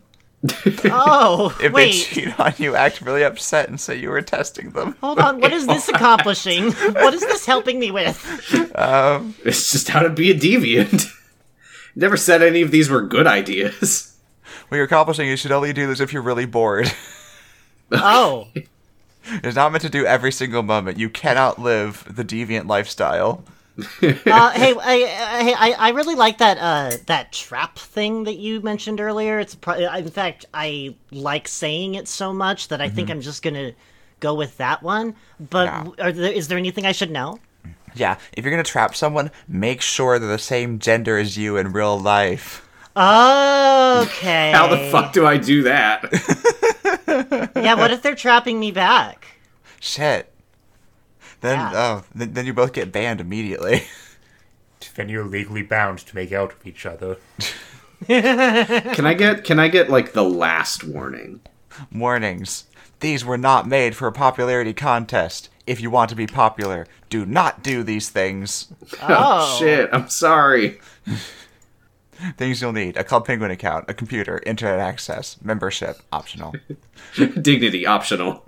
oh, If they wait. cheat on you, act really upset and say you were testing them. Hold on. What is (laughs) this accomplishing? what is this helping me with? It's just how to be a deviant. (laughs) Never said any of these were good ideas. What you're accomplishing, E you should only do this if you're really bored. (laughs) Oh, It's not meant to do every single moment. You cannot live the deviant lifestyle. uh, hey, I, I, I, I really like that uh, that trap thing that you mentioned earlier. It's pro- uh, in fact, I like saying it so much that I think Mm-hmm. I'm just gonna go with that one. But w- are there, is there anything I should know? Yeah, if you're gonna trap someone, make sure they're the same gender as you in real life. Okay. (laughs) How the fuck do I (laughs) do that? Yeah. What if they're trapping me (laughs) back? Shit. Then Yeah. oh, then, then you both get banned immediately. (laughs) Then you're legally bound to make out with each other. Can I get can I get like the last warning? Warnings: These were not made for a popularity contest. If you want to be popular, do not do these things. Oh, Shit, I'm sorry. (laughs) Things you'll need: a Club Penguin account, a computer, internet access, membership, optional. Dignity optional.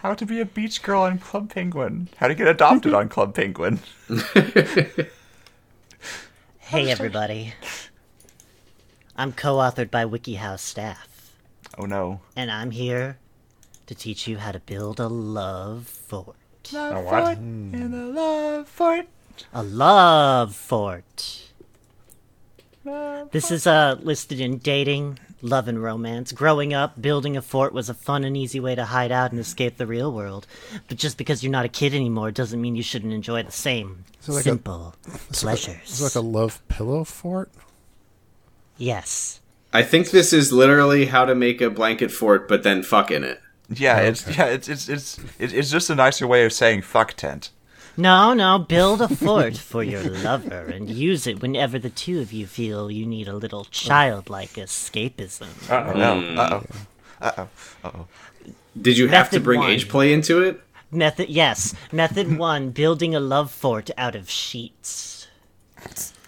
How to be a beach girl on Club Penguin. How to get adopted on Club Penguin. Hey, everybody. I'm co-authored by WikiHow staff. (laughs) Oh no. and I'm here to teach you how to build a love fort. Oh, what? And a love fort. A love fort. This is uh, listed in dating, love, and romance. Growing up, building a fort was a fun and easy way to hide out and escape the real world. But just because you're not a kid anymore doesn't mean you shouldn't enjoy the same like a- simple pleasures. It's like a love pillow fort. yes. I think this is literally how to make a blanket fort, but then fuck in it. Yeah, it's yeah, it's it's it's it- it's just a nicer way of saying fuck tent. No, no, build a (laughs) fort for your lover and use it whenever the two of you feel you need a little Oh. childlike escapism. Uh oh. Uh oh. Did you have to Method bring one. age play into it? Method yes. Method one, building a love fort out of sheets.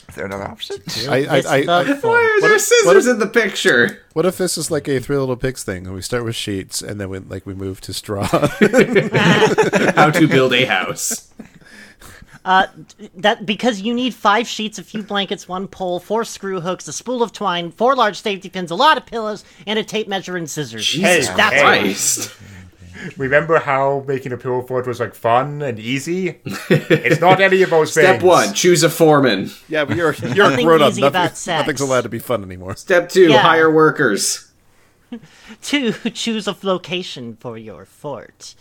Is there another (laughs) option? I, I, This I, love I, fort. There's scissors in (laughs) the picture. what if this is like a Three Little Pigs thing? And we start with sheets, and then we like we move (laughs) to straw. How to build a house. That because you need five sheets, a few blankets, one pole, four screw hooks, a spool of twine, four large safety pins, a lot of pillows, and a tape measure and scissors. Jesus Hey, that's hey. right. Christ. Remember how making a pillow fort was like fun and easy? it's not any of those (laughs) things. Step one, choose a foreman. yeah, but you're you're Nothing easy about sex. nothing's allowed to be fun anymore. Step two, Yeah. hire workers. Two, choose a location for your fort.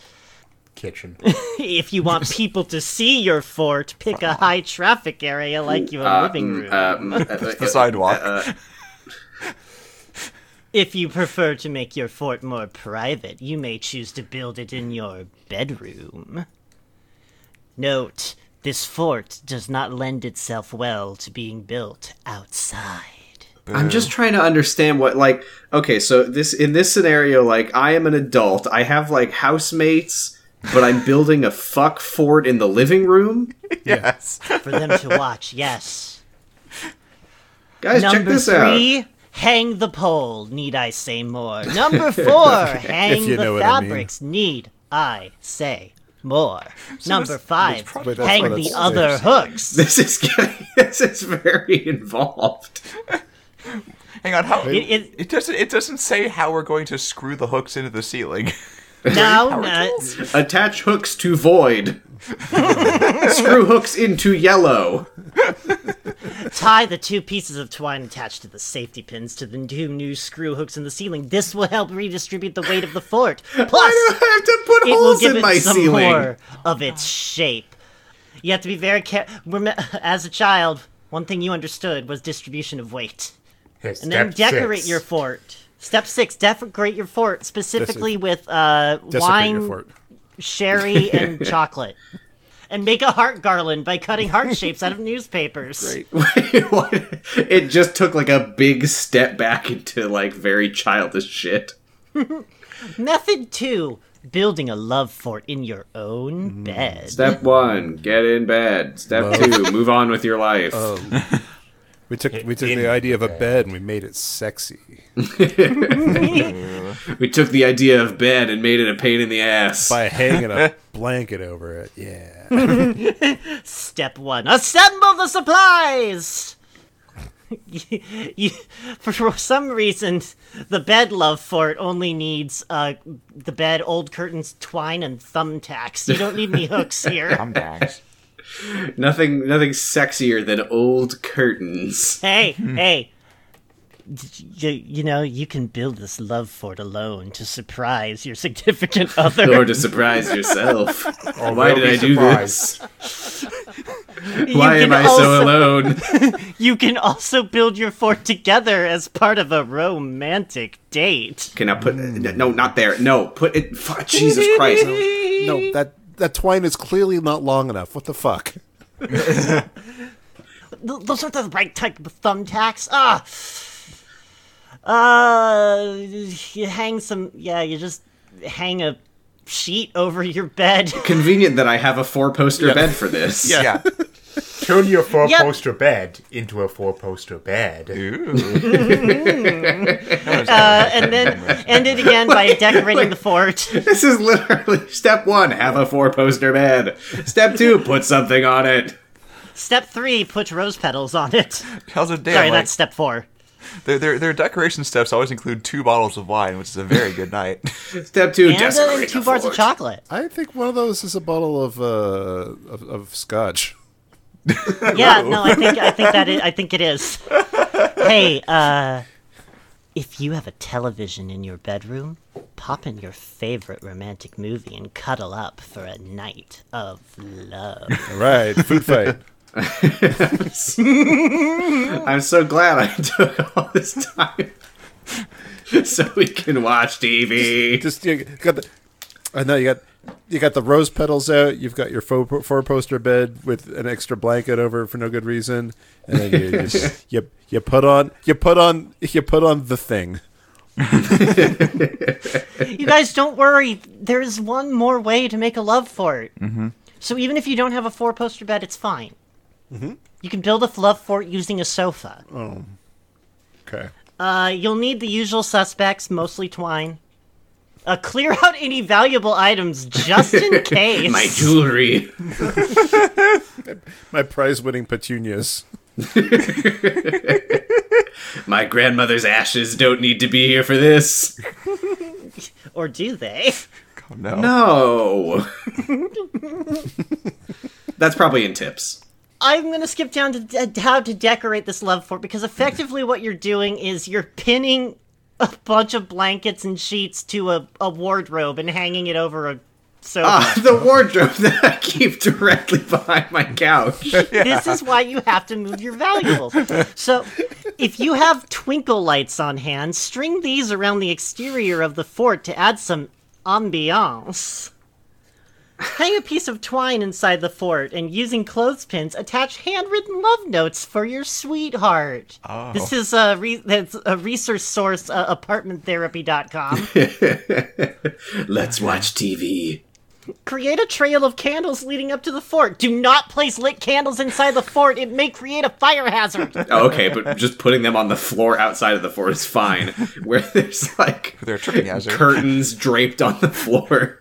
Kitchen. If you want people to see your fort, pick a high traffic area like your living room. Um, uh, The sidewalk. (laughs) If you prefer to make your fort more private, you may choose to build it in your bedroom. Note, this fort does not lend itself well to being built outside. I'm just trying to understand what like okay, so this in this scenario, like I am an adult. I have like housemates, but I'm building a fuck fort in the living room. yes. For them to watch, (laughs) yes. Guys, check Number this out. three, hang the pole, need I say more? (laughs) Number four, hang you the know what I mean. fabrics, need I say more? Number five, Wait, that's hang what the it's- other (laughs) hooks. (laughs) This is getting this is very involved. Hang on. How It- it- it doesn't it doesn't say how we're going to screw the hooks into the ceiling. (laughs) no, no, Attach hooks to void. Screw hooks into yellow. (laughs) uh, Tie the two pieces of twine attached to the safety pins to the two new screw hooks in the ceiling. This will help redistribute the weight of the (laughs) fort. Plus, I have to put it will holes give in it my some ceiling. (laughs) more of its shape. You (laughs) have to be very careful. As a child, one thing you understood was distribution of weight. His And then step decorate six. your fort. Step six, decorate your fort specifically with uh, Desecrate your wine, fort. sherry, and chocolate. And make a heart garland by cutting heart shapes out of newspapers. What? it just took like a big step back into like very childish shit. Method two, building a love fort in your own bed. Step one, get in bed. Step two, move on with your life. Oh. We took we took in the idea of a bed and we made it sexy We took the idea of bed and made it a pain in the ass. by hanging (laughs) a blanket over it. Yeah. Step one, assemble the supplies! (laughs) You- you- for some reason, the bed love fort only needs uh, the bed, old curtains, twine, and thumbtacks. You don't (laughs) need any hooks here. I'm dags. Nothing, nothing sexier than old curtains. hey, hey. You, you know, you can build this love fort alone to surprise your (laughs) significant other. Or to surprise yourself. Or Why will did Oh, be I do surprised. You Why can am I so also- alone? You can also build your fort together as part of a romantic date. Okay, now put no, not there. No, put it. fu- Jesus Christ! No, that that twine is clearly not long enough. What the fuck? Th- those aren't the right type of thumbtacks. Ah. Uh, you hang some. Yeah, you just hang a sheet over your (laughs) bed. Convenient that I have a four-poster bed for (laughs) this. Yeah. Turn your (laughs) four Yep. poster bed into a four poster bed. Ooh. Uh, and then end it again by decorating the fort. (laughs) This is literally step one: have a four-poster bed. Step two: put something on it. Step three, put rose petals on it. How's it damn? Sorry, like, that's step four. their, their their decoration steps always include two bottles of wine, which is a very good night. (laughs) Step two: And then desecrate two the bars of fort. chocolate. I think one of those is a bottle of uh of, of scotch. Yeah, no, I think I think that is, I think it (laughs) is. Hey, uh, if you have a television in your bedroom, pop in your favorite romantic movie and cuddle up for a night of love. All right, food fight. I'm so glad I (laughs) took all this time (laughs) so we can watch TV. Just you got the I know you got you got the rose petals out. You've got your four, four poster bed with an extra blanket over it for no good reason, and then (laughs) you just, you you put on you put on you put on the thing. (laughs) You guys, don't worry. There is one more way to make a love fort. Mm-hmm. So even if you don't have a four-poster bed, it's fine. Mm-hmm. You can build a love fort using a sofa. Okay. Uh, you'll need the usual suspects, mostly twine. Uh, clear out any valuable items just in case. My jewelry. My prize-winning petunias. My grandmother's ashes don't need to be here for this. or do they? Oh, no. No. (laughs) That's probably in tips. (laughs) I'm gonna skip down to de- how to decorate this love fort because effectively what you're doing is you're pinning a bunch of blankets and sheets to a, a wardrobe and hanging it over a sofa. the wardrobe that I keep directly behind my couch. This is why you have to move your valuables. So, if you have twinkle lights on hand, string these around the exterior of the fort to add some ambiance. Hang a piece of twine inside the fort and using clothespins, attach handwritten love notes for your sweetheart. This is a, re- that's a resource source, uh, apartmenttherapy.com. Let's watch TV. Create a trail of candles leading up to the fort. Do not place lit candles inside the fort, it may create a fire hazard. Oh, okay, but just putting them on the floor outside of the fort is fine. Where there's like They're a tripping hazard. curtains draped on the floor.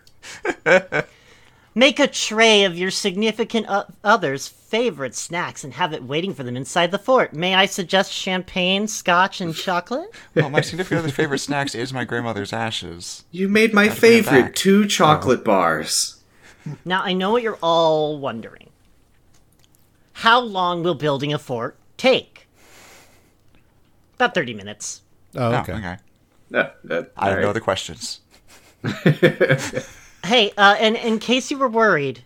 Make a tray of your significant o- other's favorite snacks and have it waiting for them inside the fort. May I suggest champagne, scotch, and chocolate? Well, Oh, my significant other's favorite snacks is my grandmother's ashes. You made my bring it favorite back. Oh. two chocolate bars. (laughs) Now, I know what you're all wondering. How long will building a fort take? About 30 minutes. Oh, Oh, okay. okay. No, that- I have all no right. other questions. Hey, uh, and in case you were worried,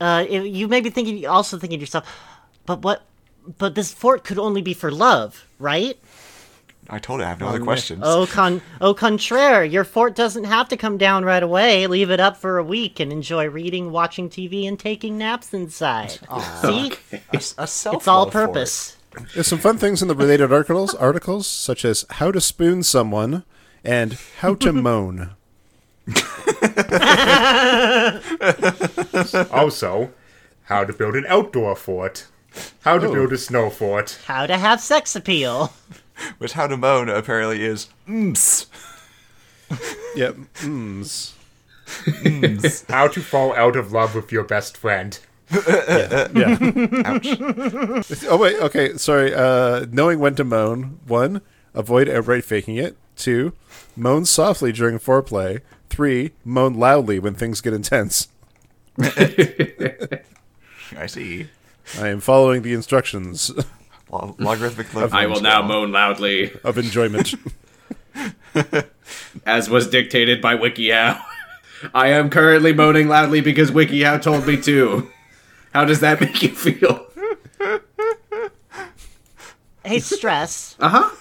uh, i- you may be thinking, also thinking to yourself, but what? But this fort could only be for love. right? I told you I have no other questions. Au, con- au contraire, your fort doesn't have to come down right away. Leave it up for a week and enjoy reading, watching TV, and taking (laughs) naps inside. See? A self It's all purpose. There's some fun things in the related articles, articles such as how to spoon someone and how to moan. Also, how to build an outdoor fort, how Oh. to build a snow fort. How to have sex appeal. Which how to moan apparently is mms. Yep. Mms. How to fall out of love with your best friend. Yeah. (laughs) Ouch. oh wait. Okay. Sorry. Uh, knowing when to moan. One. Avoid outright faking it. Two. Moan softly during foreplay. Three. Moan loudly when things get intense. I see. I am following the instructions Lo- logarithmic I will now moan loudly, of (laughs) enjoyment. as was dictated by WikiHow. (laughs) I am currently moaning loudly because WikiHow told me to. How does that make you (laughs) feel? Hey, stress. Uh Uh-huh. huh.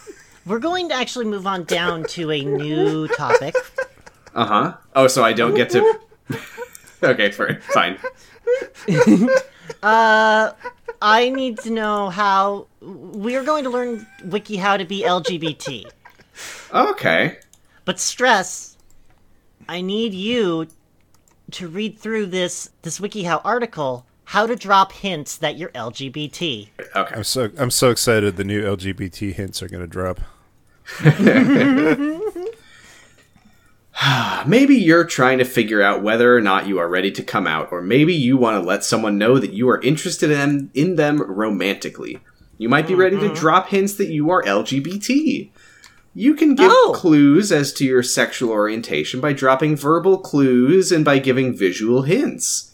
We're going to actually move on down to a new topic. Uh huh. Oh, so I don't get to. (laughs) okay, fair. fine. I need to know how we are going to learn Wiki how to be LGBT. Okay. But stress, I need you to read through this this WikiHow article, how to drop hints that you're LGBT. Okay. I'm so I'm so excited. The new LGBT hints are going to drop. Ah, Maybe you're trying to figure out whether or not you are ready to come out, or maybe you want to let someone know that you are interested in, in them romantically. You might be ready to drop hints that you are LGBT. You can give Oh. clues as to your sexual orientation by dropping verbal clues and by giving visual hints.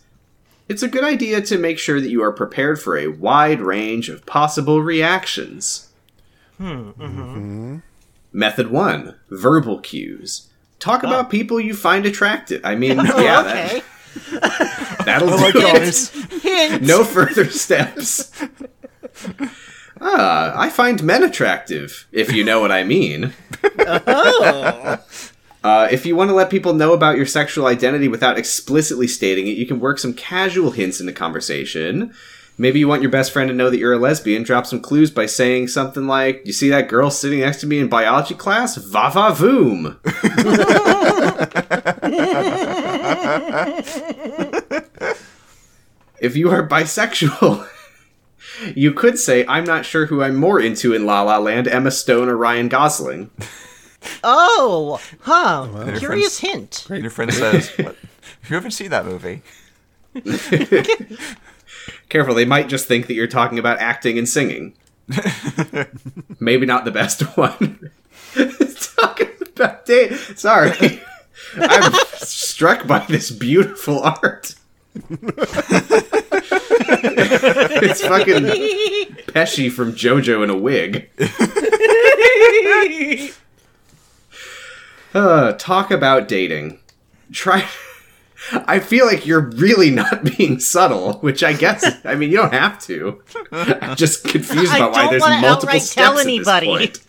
It's a good idea to make sure that you are prepared for a wide range of possible reactions. Method 1 Verbal cues. Talk about people you find attractive. (laughs) I mean, yeah, okay. (laughs) that, that'll do it. (laughs) Hint. No further steps. Ah, I find men attractive, if you know what I mean. Uh, if you want to let people know about your sexual identity without explicitly stating it, you can work some casual hints into conversation. Maybe you want your best friend to know that you're a lesbian. Drop some clues by saying something like, "You see that girl sitting next to me in biology class? Va va voom." if you are bisexual, (laughs) you could say, "I'm not sure who I'm more into in La La Land: Emma Stone or Ryan Gosling." Oh, huh. Curious hint. Your friend says, what? "You haven't seen that movie." Careful, they might just think that you're talking about acting and singing. Maybe not the best (laughs) one. talking about date. Sorry. I'm struck by this beautiful art. it's fucking Pesci from JoJo in a wig. Uh, talk about dating. Try. I feel like you're really not (laughs) being subtle, which I guess. I mean, you don't have to. I'm just confused I about why don't there's wanna multiple outright steps tell at this anybody. point.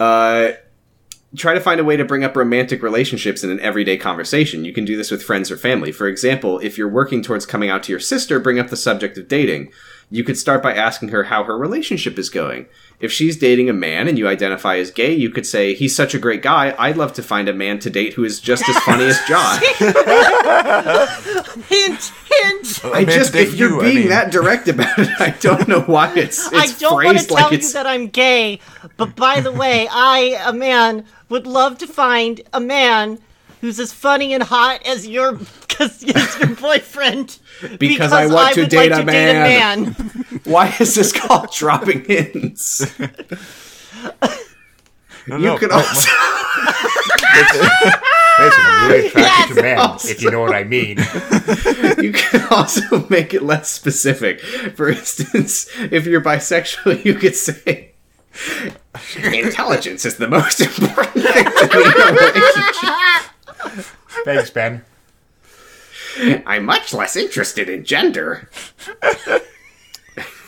Uh, try to find a way to bring up romantic relationships in an everyday conversation. You can do this with friends or family. For example, if you're working towards coming out to your sister, bring up the subject of dating. You could start by asking her how her relationship is going. If she's dating a man and you identify as gay, you could say, He's such a great guy. I'd love to find a man to date who is just as funny (laughs) as John. (laughs) Hint. Hint. A I man just, to date if you're you, I being mean. that direct about it, I don't know why it's, (laughs) I it's don't want to phrased tell like you it's. that I'm gay, but by the (laughs) way, I, a man, would love to find a man who's as funny and hot as your, cause, (laughs) as your boyfriend. Because, I want to would date like a to date man. a man. Why is this called dropping hints? (laughs) No, You could also. Listen, I'm really attracted Yes! to men, Oh, if you know what I mean. you can also make it less specific. For instance, if you're bisexual, you could say intelligence is the most (laughs) important thing to me in a relationship. (laughs) Thanks, Ben. I'm much less interested in (laughs) gender.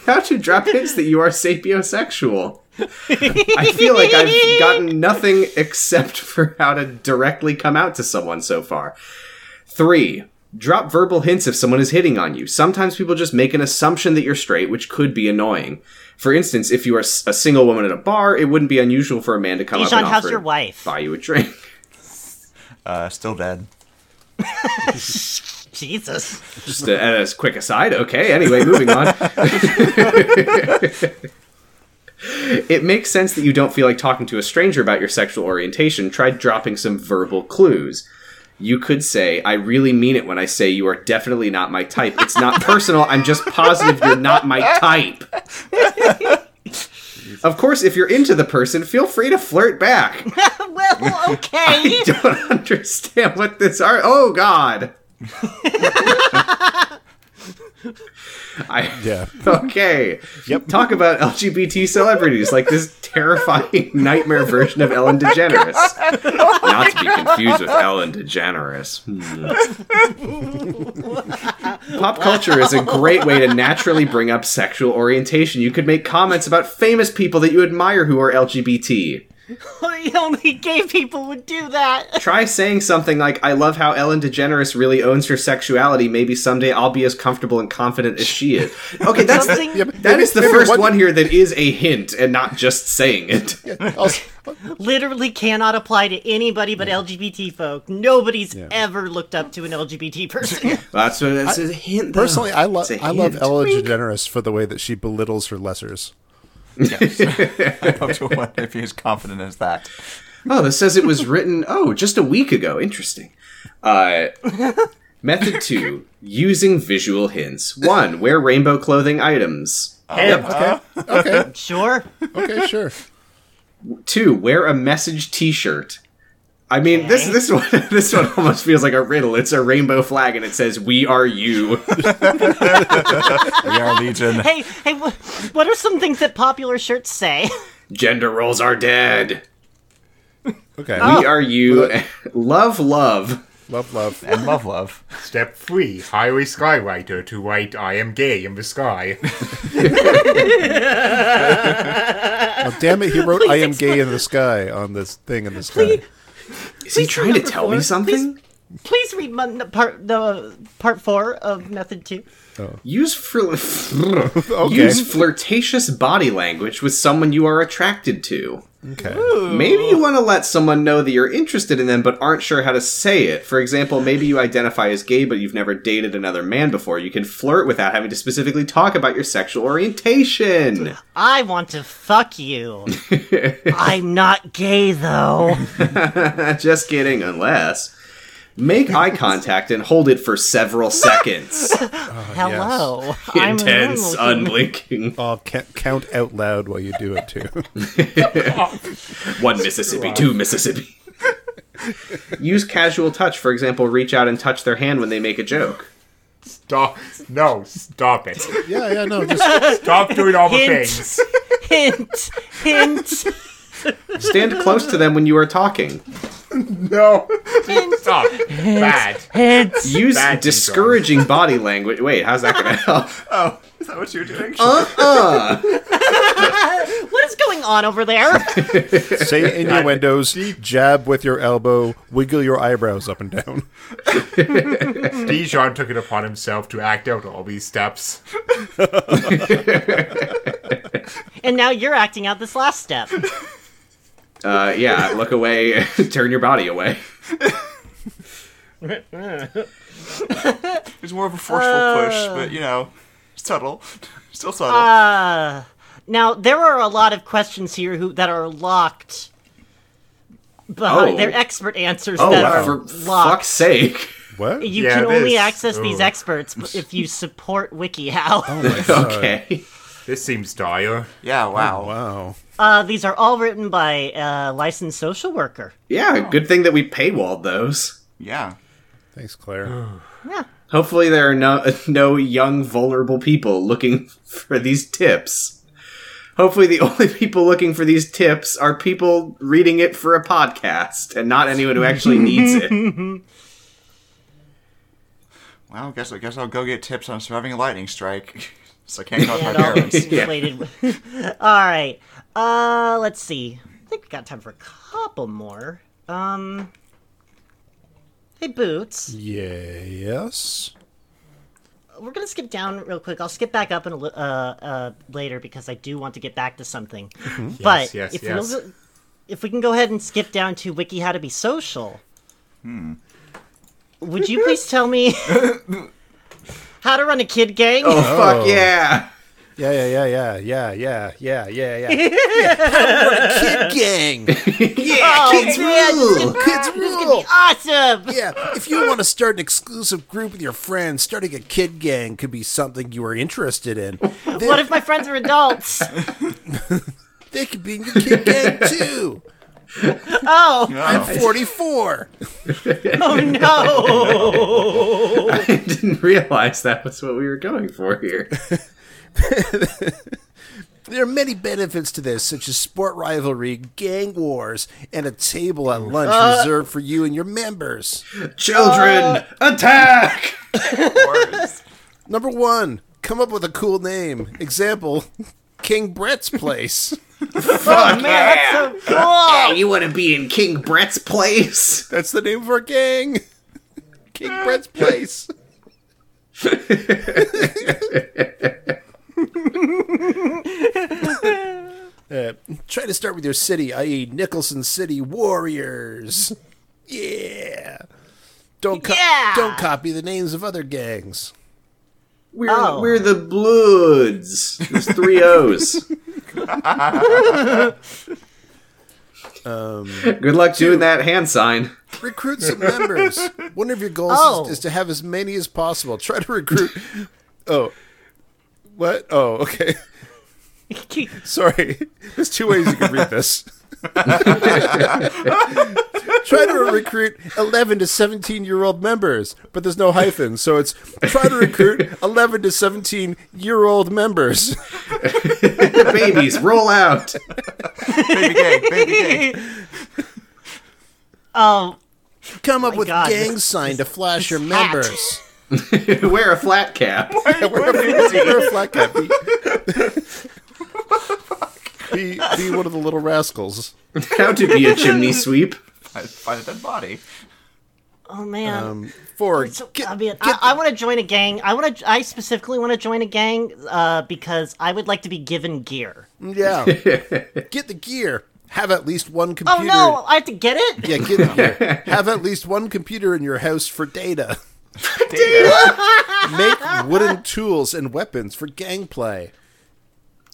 How to drop hints that you are sapiosexual. I feel like I've gotten nothing except for how to directly come out to someone so far. Three, drop verbal hints if someone is hitting on you. Sometimes people just make an assumption that you're straight, which could be annoying. For instance, if you are s- a single woman at a bar, it wouldn't be unusual for a man to come up Dijon, and how's offer your to wife? buy you a drink. Uh, still dead. (laughs) (laughs) Jesus. Just a, as a quick aside. Okay, anyway, moving on. (laughs) it makes sense that you don't feel like talking to a stranger about your sexual orientation. Try dropping some verbal clues. You could say, I really mean it when I say you are definitely not my type. It's not personal. I'm just positive you're not my type. of course, if you're into the person, feel free to flirt back. well, okay. (laughs) I (laughs) don't understand what this are. Oh God. (laughs) I Yeah. okay. Yep. Talk about LGBT celebrities like this terrifying (laughs) nightmare version of Ellen DeGeneres. Not to be confused with Ellen DeGeneres. Hmm. Pop culture is a great way to naturally bring up sexual orientation. You could make comments about famous people that you admire who are LGBT. (laughs) Only gay people would do that. Try saying something like, I love how Ellen DeGeneres really owns her sexuality. Maybe someday I'll be as comfortable and confident as she (laughs) is. Okay, (laughs) that's the, (laughs) Something that is the Maybe first one- one here that is a hint and not just saying it. (laughs) Also, literally cannot apply to anybody but LGBT folk. Nobody's ever looked up to an LGBT (laughs) person. That's what that's a hint. though. personally, I love It's a I love hint. Ellen DeGeneres for the way that she belittles her lessers. I hope to wonder if he's confident as that. Oh, this says it was written, oh, just a week ago. Interesting. (laughs) Uh, method two using visual hints. One, wear rainbow clothing items. Okay, sure. okay, sure. Two, wear a message T-shirt. I mean, this this one (laughs) this one almost feels like a riddle. It's a rainbow flag, and it says "We (laughs) are you." We are Legion. Hey, hey, wha- what are some things that popular shirts (laughs) say? Gender roles are dead. Okay, Oh. We are you. (laughs) love, love. love, love. And love, love. Step three: highway skywriter to write "I am gay in the sky." Oh, damn it, he wrote "I am gay in the sky" on this thing in the sky. Is he trying to tell me Please- something? Please read mon- the part the part four of method two. Use fl- use flirtatious body language with someone you are attracted to. Okay, Maybe you want to let someone know that you're interested in them but aren't sure how to say it. For example, maybe you identify as gay but you've never dated another man before. You can flirt without having to specifically talk about your sexual orientation. (laughs) I want to fuck you. I'm not gay (laughs) though. Just kidding, unless. (laughs) Make eye contact and hold it for several seconds. Hello. (laughs) I'm Intense, normal. unblinking. I'll ca- count out loud while you do it too. One Mississippi, two Mississippi. (laughs) Use casual touch. For example, reach out and touch their hand when they make a joke. Stop! No, stop it! (laughs) yeah, yeah, no, just Stop doing all the Hint. things. (laughs) hint, hint, Stand close to them when you are talking. No, stop. Bad. hint. (laughs) Use Bad discouraging body language. Wait, how's that going to (laughs) help? Is that what you were doing? What is going on over (laughs) there? (laughs) say innuendos, jab with your elbow, wiggle your eyebrows up and down. Dijon took it upon himself to act out all these steps. and now you're acting out this last step. Uh, yeah, look away, (laughs) turn your body away. It was more of a forceful push, but you know, subtle. (laughs) Still subtle. Uh, now there are a lot of questions here who that are locked. Behind, Oh. They're expert answers (laughs) Oh, that wow. are for locked. fuck's sake. (laughs) (laughs) What? You Yeah, can it only is. access these Ooh. experts (laughs) b- if you support WikiHow. Okay. This seems dire. yeah, wow. Oh, Wow. Uh, these are all written by uh, licensed social worker. Yeah, good thing that we paywalled those. Yeah. Thanks, Claire. Hopefully there are no (laughs) no young vulnerable people looking (laughs) for these tips. Hopefully the (laughs) only people looking for these tips are people reading it for a podcast and not anyone who actually (laughs) needs it. Well, guess I guess I'll go get tips (laughs) on surviving a lightning strike. so I can't call my It all parents. inflated. (laughs) all right. Uh, let's see. I think we got time for a couple more. Um. Hey, Boots. Yes. We're gonna skip down real quick. I'll skip back up in a li- uh, uh, later because I do want to get back to something. but Mm-hmm. Yes, yes, if yes. we'll, if we can go ahead and skip down to Wiki How to Be Social, Hmm. would you please tell (laughs) me how to run a kid gang? Oh. Fuck yeah! Yeah, yeah, yeah, yeah, yeah, yeah, yeah, yeah, yeah. Kid gang. Oh, man, this (laughs) is- Kids this is gonna rule. be awesome. Yeah, if you want to start an exclusive group with your friends, starting a kid gang could be something you are interested in. They, What if my friends are (laughs) adults? they could be in your kid gang too. Oh, I'm (laughs) 44. oh no. (laughs) I didn't realize that was what we were going for here. There are many benefits to this, such as sport rivalry, gang wars, and a table at lunch reserved for you and your members. Uh, Children, (laughs) attack! Oh, Number one, come up with a cool name. Example, King Brett's Place. Oh, Man, that's so cool. You want to be in King Brett's place? That's the name of our gang. (laughs) King Brett's Place. (laughs) Uh, try to start with your city, i.e., Nicholson City Warriors. Yeah. Don't co- Yeah. don't copy the names of other gangs. (laughs) We're, Oh. we're the Bloods. There's (laughs) three O's. Um, Good luck doing that hand sign. Recruit (laughs) some members. One of your goals Oh. is, is to have as many as possible. Try to recruit. (laughs) Oh, what? Oh, okay. Sorry. (laughs) There's two ways you can read (laughs) this. try to recruit 11 to 17 year old members, but there's no hyphen. So it's try to recruit 11 to 17 year old members. (laughs) The babies roll out. (laughs) Baby gang, baby gang. Oh, Come up with God, gang this- sign to flash your hat. members. Wear a flat cap. Wear a flat cap. Be, (laughs) be, be one of the little rascals. How to be a chimney sweep. I Find a dead body. oh man. Um, For so, get- I mean, I, I want to join a gang. I want to. I specifically want to join a gang uh, because I would like to be given gear. yeah, (laughs) get the gear. Have at least one Oh computer. no, I have to get it. Yeah, get the (laughs) gear. Have at least one computer in your house for data. Make wooden tools and weapons for gang play.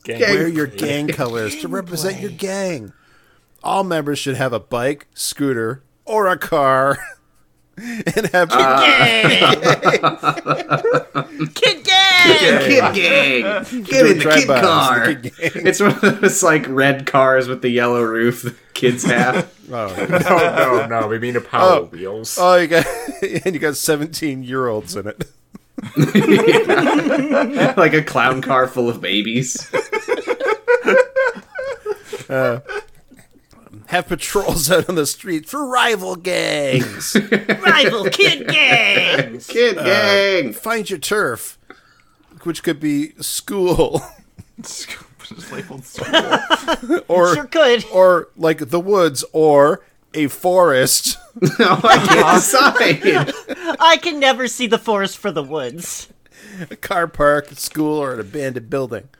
Wear your gang colors to represent your gang. All members should have a bike, scooter, or a car, (laughs) and have Uh, Kid gang. Kid gang. Get in the drive-bys, kid the car. kid It's one of those like red cars with the yellow roof that kids have. Oh, no, no, we mean the Power Wheels. Oh, you got (laughs) and you got seventeen year olds in it. (laughs) like a clown car full of babies. Have patrols out on the streets for rival gangs. Rival kid gangs. (laughs) Kid gang. Find your turf, which could be school (laughs) Just labeled school. or Sure could. or like the woods or a forest. (laughs) No, (laughs) I can't (laughs) decide. I can never see the forest for the woods. A car park, at school, or an abandoned building.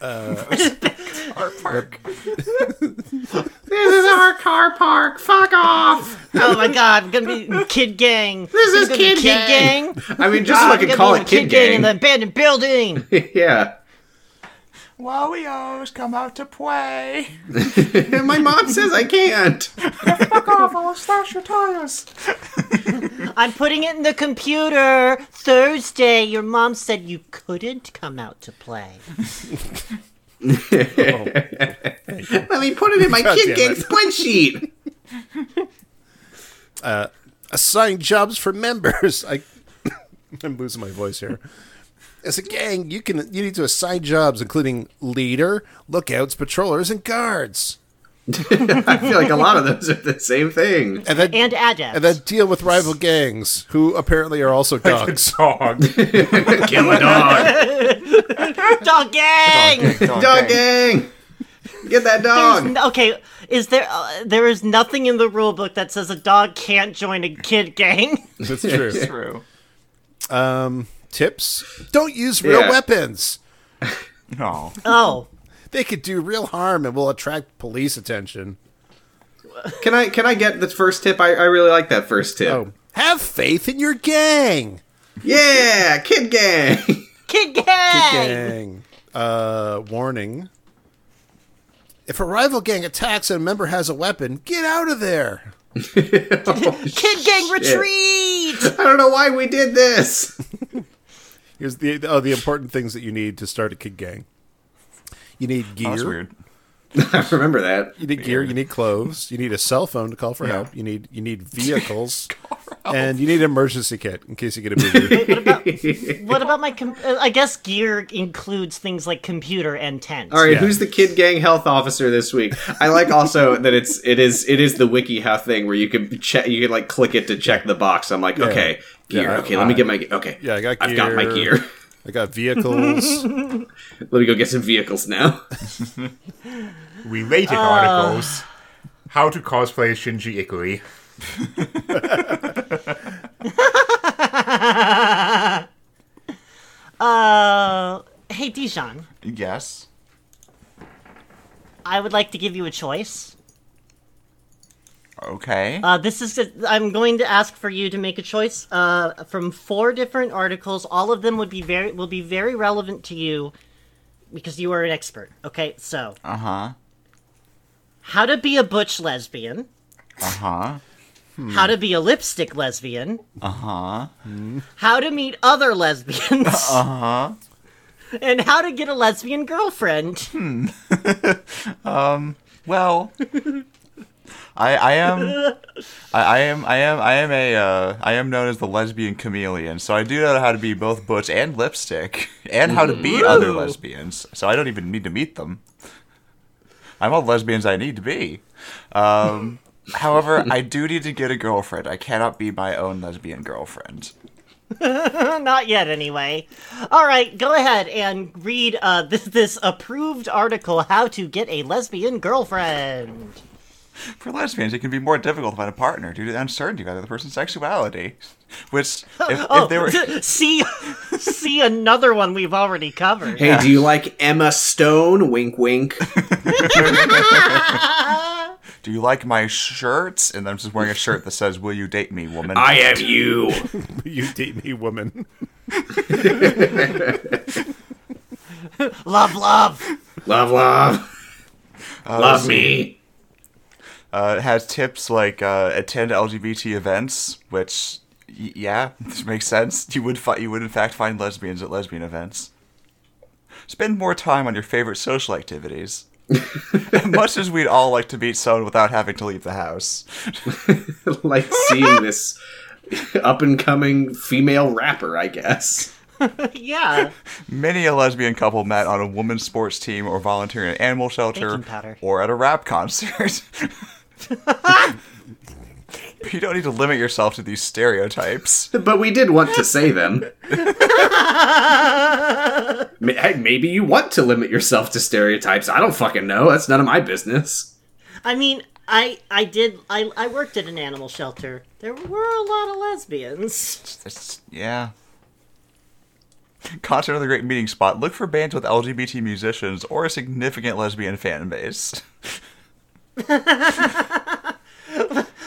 Our park. This is our car park. Fuck off. Oh my god, I'm gonna be in kid gang. This is kid gang. I mean, just so I can call it Ah, kid, in gang. the abandoned building. (laughs) yeah. Wario's come out to play. And my mom says I can't. I'm putting it in the computer. Thursday, your mom said you couldn't come out to play. Let me put it in my kid gang spreadsheet. Assign jobs for members. I, (coughs) I'm losing my voice here. As a gang, you can you need to assign jobs including leader, lookouts, patrollers, and guards. I feel like a lot of those are the same thing. And then And adept. and then deal with rival gangs who apparently are also dogs. Dog. Kill a dog. Dog gang! Dog Dog gang. Get There's that dog. n- okay, is there? Uh, there is nothing in the rule book that says a dog can't join a kid gang. That's true. true. (laughs) Tips: Don't use real Yeah. weapons. No. Oh, They could do real harm and will attract police attention. Can I can I get the first tip? I, I really like that first tip. Oh, have faith in your gang. Yeah, kid gang. (laughs) Oh, kid gang. Gang. Uh, warning. If a rival gang attacks and a member has a weapon, get out of there. Kid gang retreat. I don't know why we did this. (laughs) Here's the oh, the important things that you need to start a kid gang. You need gear. That's weird. I remember that. You need gear. You need clothes. You need a cell phone to call for help. You need you need vehicles, and you need an emergency kit in case you get a booby. What about my? Com- uh, I guess gear includes things like computer and tent. All right, Yeah. who's the kid gang health officer this week? I like also (laughs) that it's it is it is the WikiHow thing where you can check you can like click it to check the box. I'm like, okay, gear. Yeah, okay, let me get my ge- okay. Yeah, I got I've got my gear. gear. (laughs) I got vehicles. Let me go get some (laughs) vehicles now. Related Ah. articles. How to cosplay Shinji Ikari. Uh, hey Dijon, Yes. I would like to give you a choice. Okay. Uh, this is. i I'm going to ask for you to make a choice uh, from four different articles. All of them would be very will be very relevant to you because you are an expert. Okay, so Uh huh. how to be a butch lesbian, Uh huh. how to be a lipstick lesbian, uh huh, how to meet other lesbians, uh huh, and how to get a lesbian girlfriend. (laughs) Well, I I am I, I am I am I am a uh, I am known as the lesbian chameleon, so I do know how to be both butch and lipstick, and how to be other lesbians. So I don't even need to meet them. I'm all lesbians I need to be. Um, however, I do need to get a girlfriend. I cannot be my own lesbian girlfriend. Not yet, anyway. All right, go ahead and read uh, (laughs) this, this approved article, How to Get a Lesbian Girlfriend. For lesbians, it can be more difficult to find a partner due to the uncertainty about the other person's sexuality. Which, if, Oh, if they were, (laughs) see, see another one we've already covered. Hey, do you like Emma Stone? Wink, (laughs) wink. do you like my shirts? And I'm just wearing a shirt that says, "Will you date me, woman?" I am you. you date me, woman. Love, love. Love, love. (laughs) Oh, love me. (laughs) Uh, it has tips like uh, attend LGBT events, which y- yeah, (laughs) this makes sense. You would fi- you would in fact find lesbians at lesbian events. Spend more time on your favorite social activities. Much as we'd all like to meet someone without having to leave the house. like seeing this up and coming female rapper, I guess. Yeah. Many a lesbian couple met on a woman's sports team or volunteering at an animal shelter Baking powder. or at a rap concert. (laughs) you don't need to limit yourself to these stereotypes. But we did want to (laughs) say them. May- hey, Maybe you want to limit yourself to stereotypes. I don't fucking know. That's none of my business. (laughs) I mean, I, I did, I, I worked at an animal shelter. There were a lot of lesbians. It's, yeah. Concert of the Great Meeting Spot. Look for bands with LGBT musicians or a significant lesbian fan base.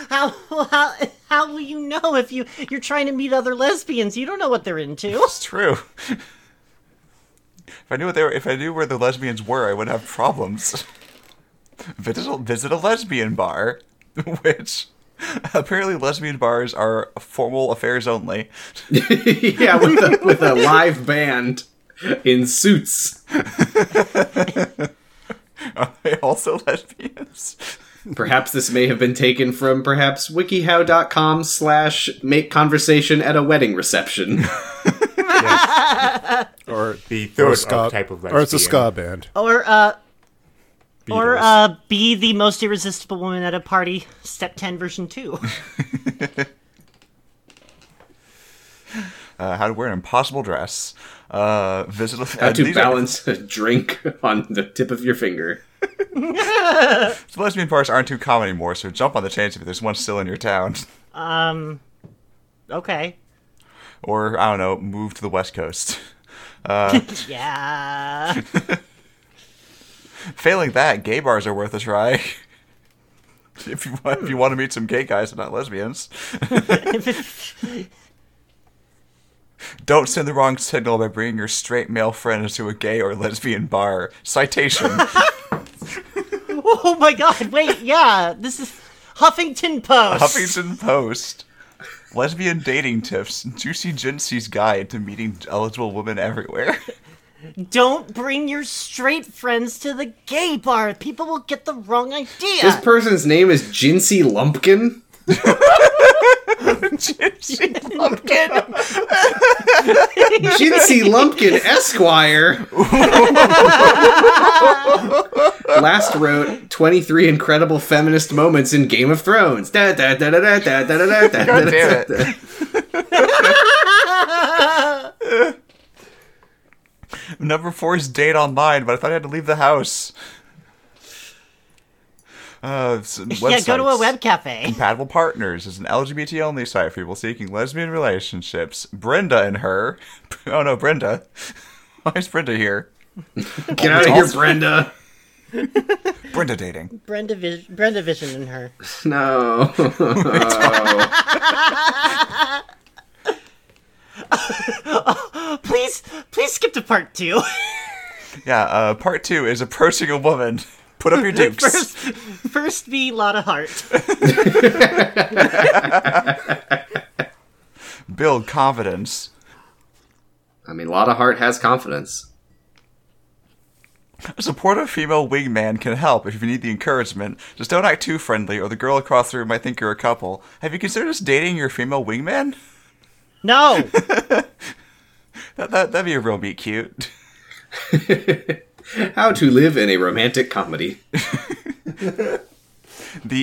How, how, how will you know if you, you're trying to meet other lesbians? You don't know what they're into. It's true. If I knew what they were, if I knew where the lesbians were, I would have problems. Visit a, visit a lesbian bar, (laughs) which apparently lesbian bars are formal affairs only. yeah, with a, with a live band in suits, Are they also lesbians? Perhaps this may have been taken from perhaps wikihow.com slash make conversation at a wedding reception. Or The or a third ska, type of lesbian. or it's a ska band. Or, uh, Or Beatles. uh, be the most irresistible woman at a party, step 10, version 2. Uh, how to wear an impossible dress. Uh, visit a, How to these are- balance a drink on the tip of your finger. So lesbian bars aren't too common anymore, so jump on the chance if there's one still in your town. Okay. Or, I don't know, move to the West Coast. Yeah. (laughs) Failing that, gay bars are worth a try. (laughs) if you want, if you want to meet some gay guys and not lesbians, don't send the wrong signal by bringing your straight male friends to a gay or lesbian bar. Citation. oh my god, wait, yeah. This is Huffington Post. Huffington Post. Lesbian dating tips. Juicy Jinsy's guide to meeting eligible women everywhere. Don't bring your straight friends to the gay bar. People will get the wrong idea. This person's name is (laughs) Jinsey Lumpkin. Jinsy. Jinsey Lumpkin (laughs) Esquire. Last wrote 23 incredible feminist moments in Game of Thrones. Da, da, da, da, da, da, da, da, da, da, God da, damn da, it. (laughs) Number four is date online, but I thought I had to leave the house. Uh, s- (laughs) yeah, go to a websites. web cafe. Compatible Partners is an LGBT only site for people seeking lesbian relationships. Brenda and her. (laughs) Oh no, Brenda. (laughs) Why is Brenda here? da. Get out of here, Brenda. Brenda dating. Brenda, Vis- Brenda Vision and her. No. Please, please skip to part two. (laughs) Yeah, uh, part two is approaching a woman. (laughs) Put (laughs) up your dukes. first, first be Lotta Hart. Build confidence. I mean, Lotta Hart has confidence. A supportive female wingman can help if you need the encouragement. Just don't act too friendly, or the girl across the room might think you're a couple. Have you considered just dating your female wingman? No, That, that, that'd be a real meet cute. (laughs) How to live in a romantic comedy. The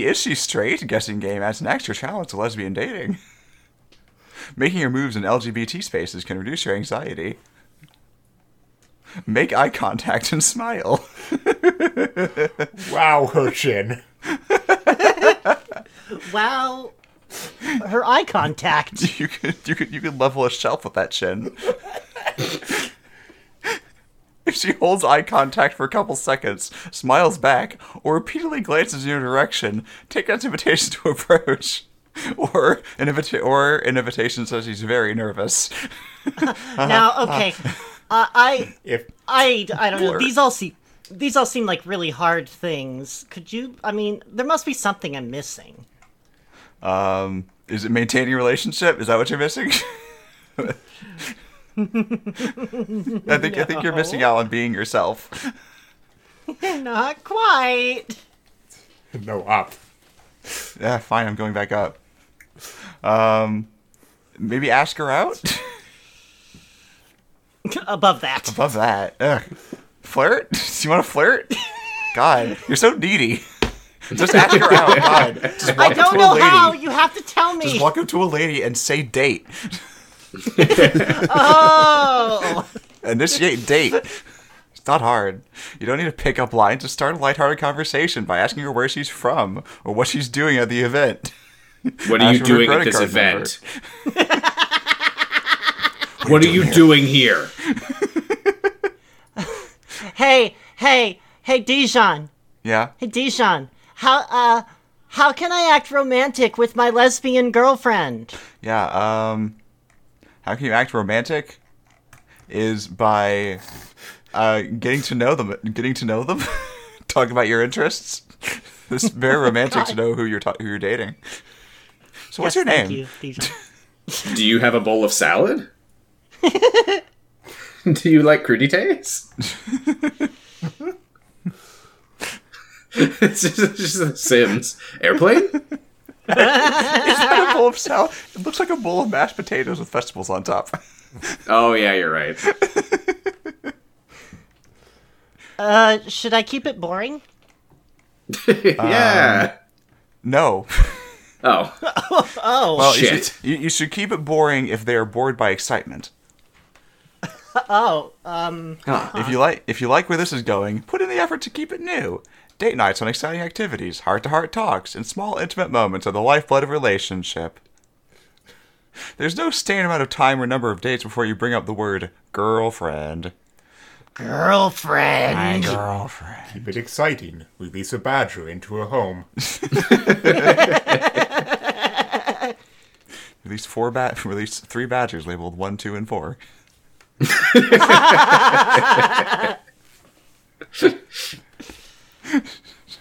Is She Straight guessing game adds an extra challenge to lesbian dating. Making your moves in LGBT spaces can reduce your anxiety. Make eye contact and smile. (laughs) Wow, her chin. wow. Her eye (laughs) contact. You could you could you could level a shelf with that chin. (laughs) if she holds eye contact for a couple seconds, smiles back, or repeatedly glances in your direction, take that invitation to approach. (laughs) Or an invita- or an invitation says he's very nervous. Now, okay, uh, I, If I, I don't know. Blur. These all seem, these all seem like really hard things. Could you? I mean, there must be something I'm missing. Um, is it maintaining a relationship? Is that what you're missing? (laughs) I think I think you're missing out on being yourself. Not quite. no up. Yeah, fine. I'm going back up. Um, maybe ask her out. (laughs) Above that. Love that. Ugh. Flirt? (laughs) Do you want to flirt? God, you're so needy. Just ask her (laughs) out. God, just walk I up to don't a know lady. how. You have to tell me. Just walk up to a lady and say (laughs) date. Oh, Initiate date. It's not hard. You don't need to pick up lines. Just start a lighthearted conversation by asking her where she's from or what she's doing at the event. What are Ask for you her doing at credit this card event? what are you doing here? hey, hey, hey, Dijon. Yeah. Hey, Dijon. How uh, how can I act romantic with my lesbian girlfriend? Yeah. Um, how can you act romantic? Is by uh, getting to know them. Getting to know them. (laughs) Talk about your interests. (laughs) It's very Oh romantic to know who you're ta- who you're dating. So what's your name? Thank you, Dijon. Do you have a bowl of salad? (laughs) Do you like crudités? (laughs) it's just, it's just the Sims airplane. a bowl (laughs) of salad. It looks like a bowl of mashed potatoes with vegetables on top. (laughs) Oh yeah, you're right. Uh, should I keep it boring? Um, yeah. No. oh, Well, you Shit. should, you, you should keep it boring if they are bored by excitement. Oh, um, If you like if you like where this is going, put in the effort to keep it new. Date nights on exciting activities, heart to heart talks, and small intimate moments are the lifeblood of a relationship. There's no standard amount of time or number of dates before you bring up the word girlfriend. girlfriend. My girlfriend. Keep it exciting. Release a badger into a home. Release four ba- (laughs) release three badgers labeled one, two, and four.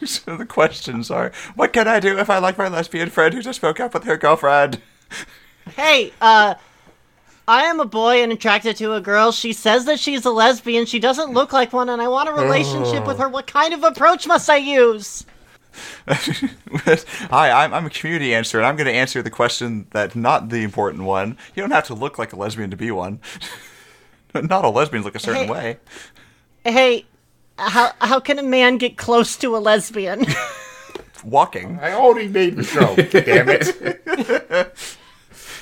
so the questions are what can I do if I like my lesbian friend who just broke up with her girlfriend? (laughs) Hey, uh, I am a boy and attracted to a girl. She says that she's a lesbian. She doesn't look like one, and I want a relationship with her. What kind of approach must I use? Hi, I'm, I'm a community answer, and I'm going to answer the question that's not the important one. You don't have to look like a lesbian to be one. (laughs) not all lesbians look a certain Hey. way. Hey, how how can a man get close to a lesbian? (laughs) Walking. I already made the joke. damn it.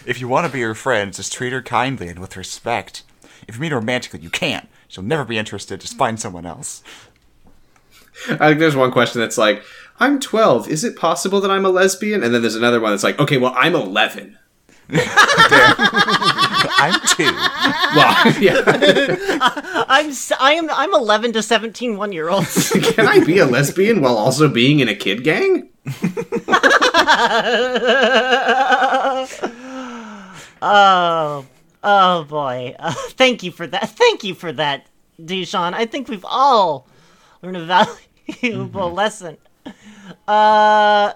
If you want to be her friend, just treat her kindly and with respect. If you mean romantically, you can't. She'll never be interested. Just find someone else. I think there's one question that's like, I'm 12. Is it possible that I'm a lesbian? And then there's another one that's like, okay, well, I'm 11. I'm (laughs) two. Well, (laughs) yeah. I'm s- I am I'm 11 to 17 one year olds. Can I be a lesbian while also being in a kid gang? oh, oh boy. (laughs) Uh, thank you for that. Thank you for that, Dijon. I think we've all learned a valuable lesson. Uh,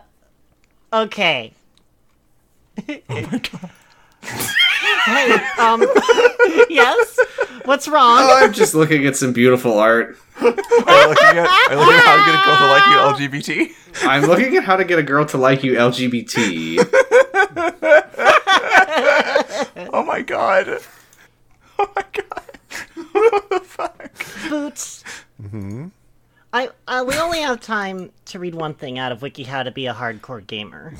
okay. hey, um, yes. What's wrong? Oh, I'm just looking at some beautiful art. Are you looking at, are you looking at how I'm going to go to like you LGBT? I'm looking at how to get a girl to like you LGBT. Oh my god. Oh my god. what the fuck? Boots. I, I we only have time to read one thing out of Wiki How to Be a Hardcore Gamer.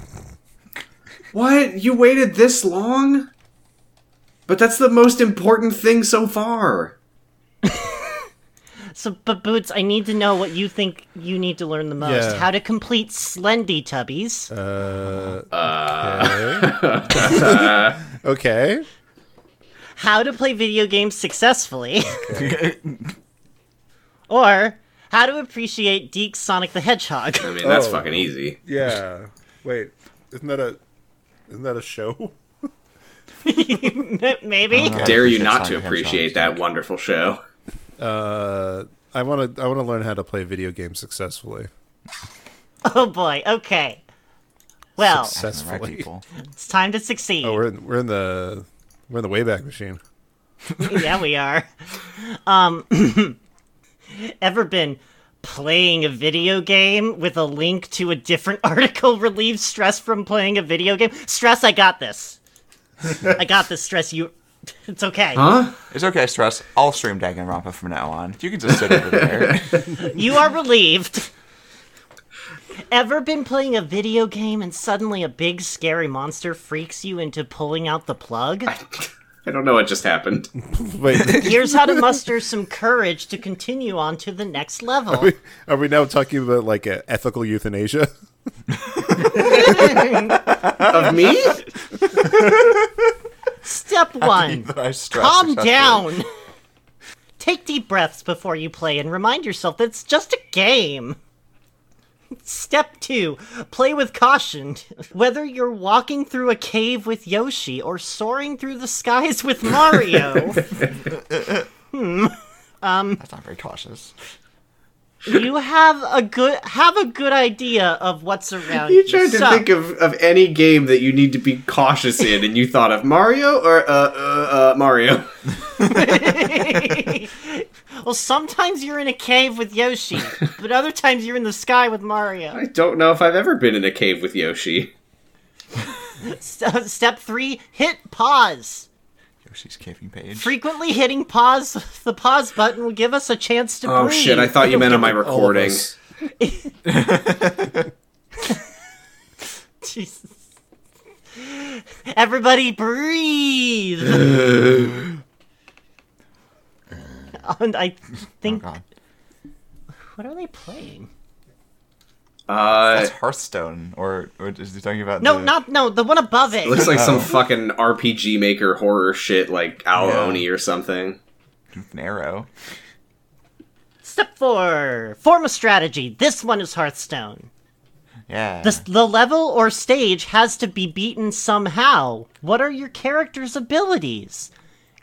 What? You waited this long? But that's the most important thing so far. So, but Boots, I need to know what you think you need to learn the most. Yeah. Uh. How to complete Slendy Tubbies. Okay. How to play video games (laughs) successfully. (laughs) or how to appreciate Deke Sonic the Hedgehog. (laughs) I mean, that's Oh. fucking easy. Yeah. Wait. Isn't that a isn't that a show? Maybe. Dare you appreciate not to Sonic the appreciate that wonderful show. Uh I want to I want to learn how to play video games successfully. Oh boy. Okay. Well, Right, Successfully. people. it's time to succeed. Oh, we're in, we're in the we're in the Wayback Machine. yeah, we are. Um, (coughs) ever been playing a video game with a link to a different (laughs) article relieves stress from playing a video game? Stress, I got this. I got this stress. You, it's okay. It's okay, Stress. I'll stream Danganronpa from now on. You can just sit over (laughs) there. (laughs) You are relieved. Ever been playing a video game and suddenly a big scary monster freaks you into pulling out the plug? I don't know what just happened. Wait, (laughs) Here's how to muster some courage to continue on to the next level. are we now talking about like a ethical euthanasia? of me? Step one. (laughs) I stress Calm successfully. down. (laughs) Take deep breaths before you play and remind yourself that it's just a game. Step 2. Play with caution. (laughs) Whether you're walking through a cave with Yoshi or soaring through the (laughs) skies with Mario, Hmm. (laughs) Um, That's not very cautious. you have a good have a good idea of (laughs) what's around you. You tried to So- think of, of any game that you need to be cautious in, and you thought of Mario or uh, uh, uh, Mario. well, sometimes you're in a cave with (laughs) Yoshi, but other times you're in the sky with Mario. I don't know if I've ever been in a cave with Yoshi. S- uh, Step 3. Hit pause. Yoshi's caving page. Frequently hitting pause, (laughs) the pause button will give us a chance to Oh breathe. shit! I thought you meant on my recording. us. (laughs) Jesus. (laughs) Everybody breathe. (laughs) and I think Oh Oh, God. what are they playing? Uh, That's Hearthstone, or, or is he talking about? No, the- not no. The one above it. it looks like (laughs) Oh. some fucking RPG maker horror shit like Aoni or something. (laughs) an arrow. Step four. Form a strategy. This one is Hearthstone. Yeah. The, the level or stage has to be beaten somehow. What are your character's abilities?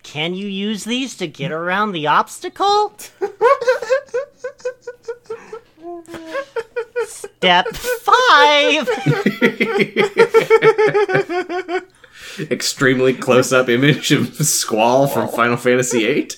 Can you use these to get around the obstacle? Step five. Extremely close up image of (laughs) Squall from Final Fantasy VIII.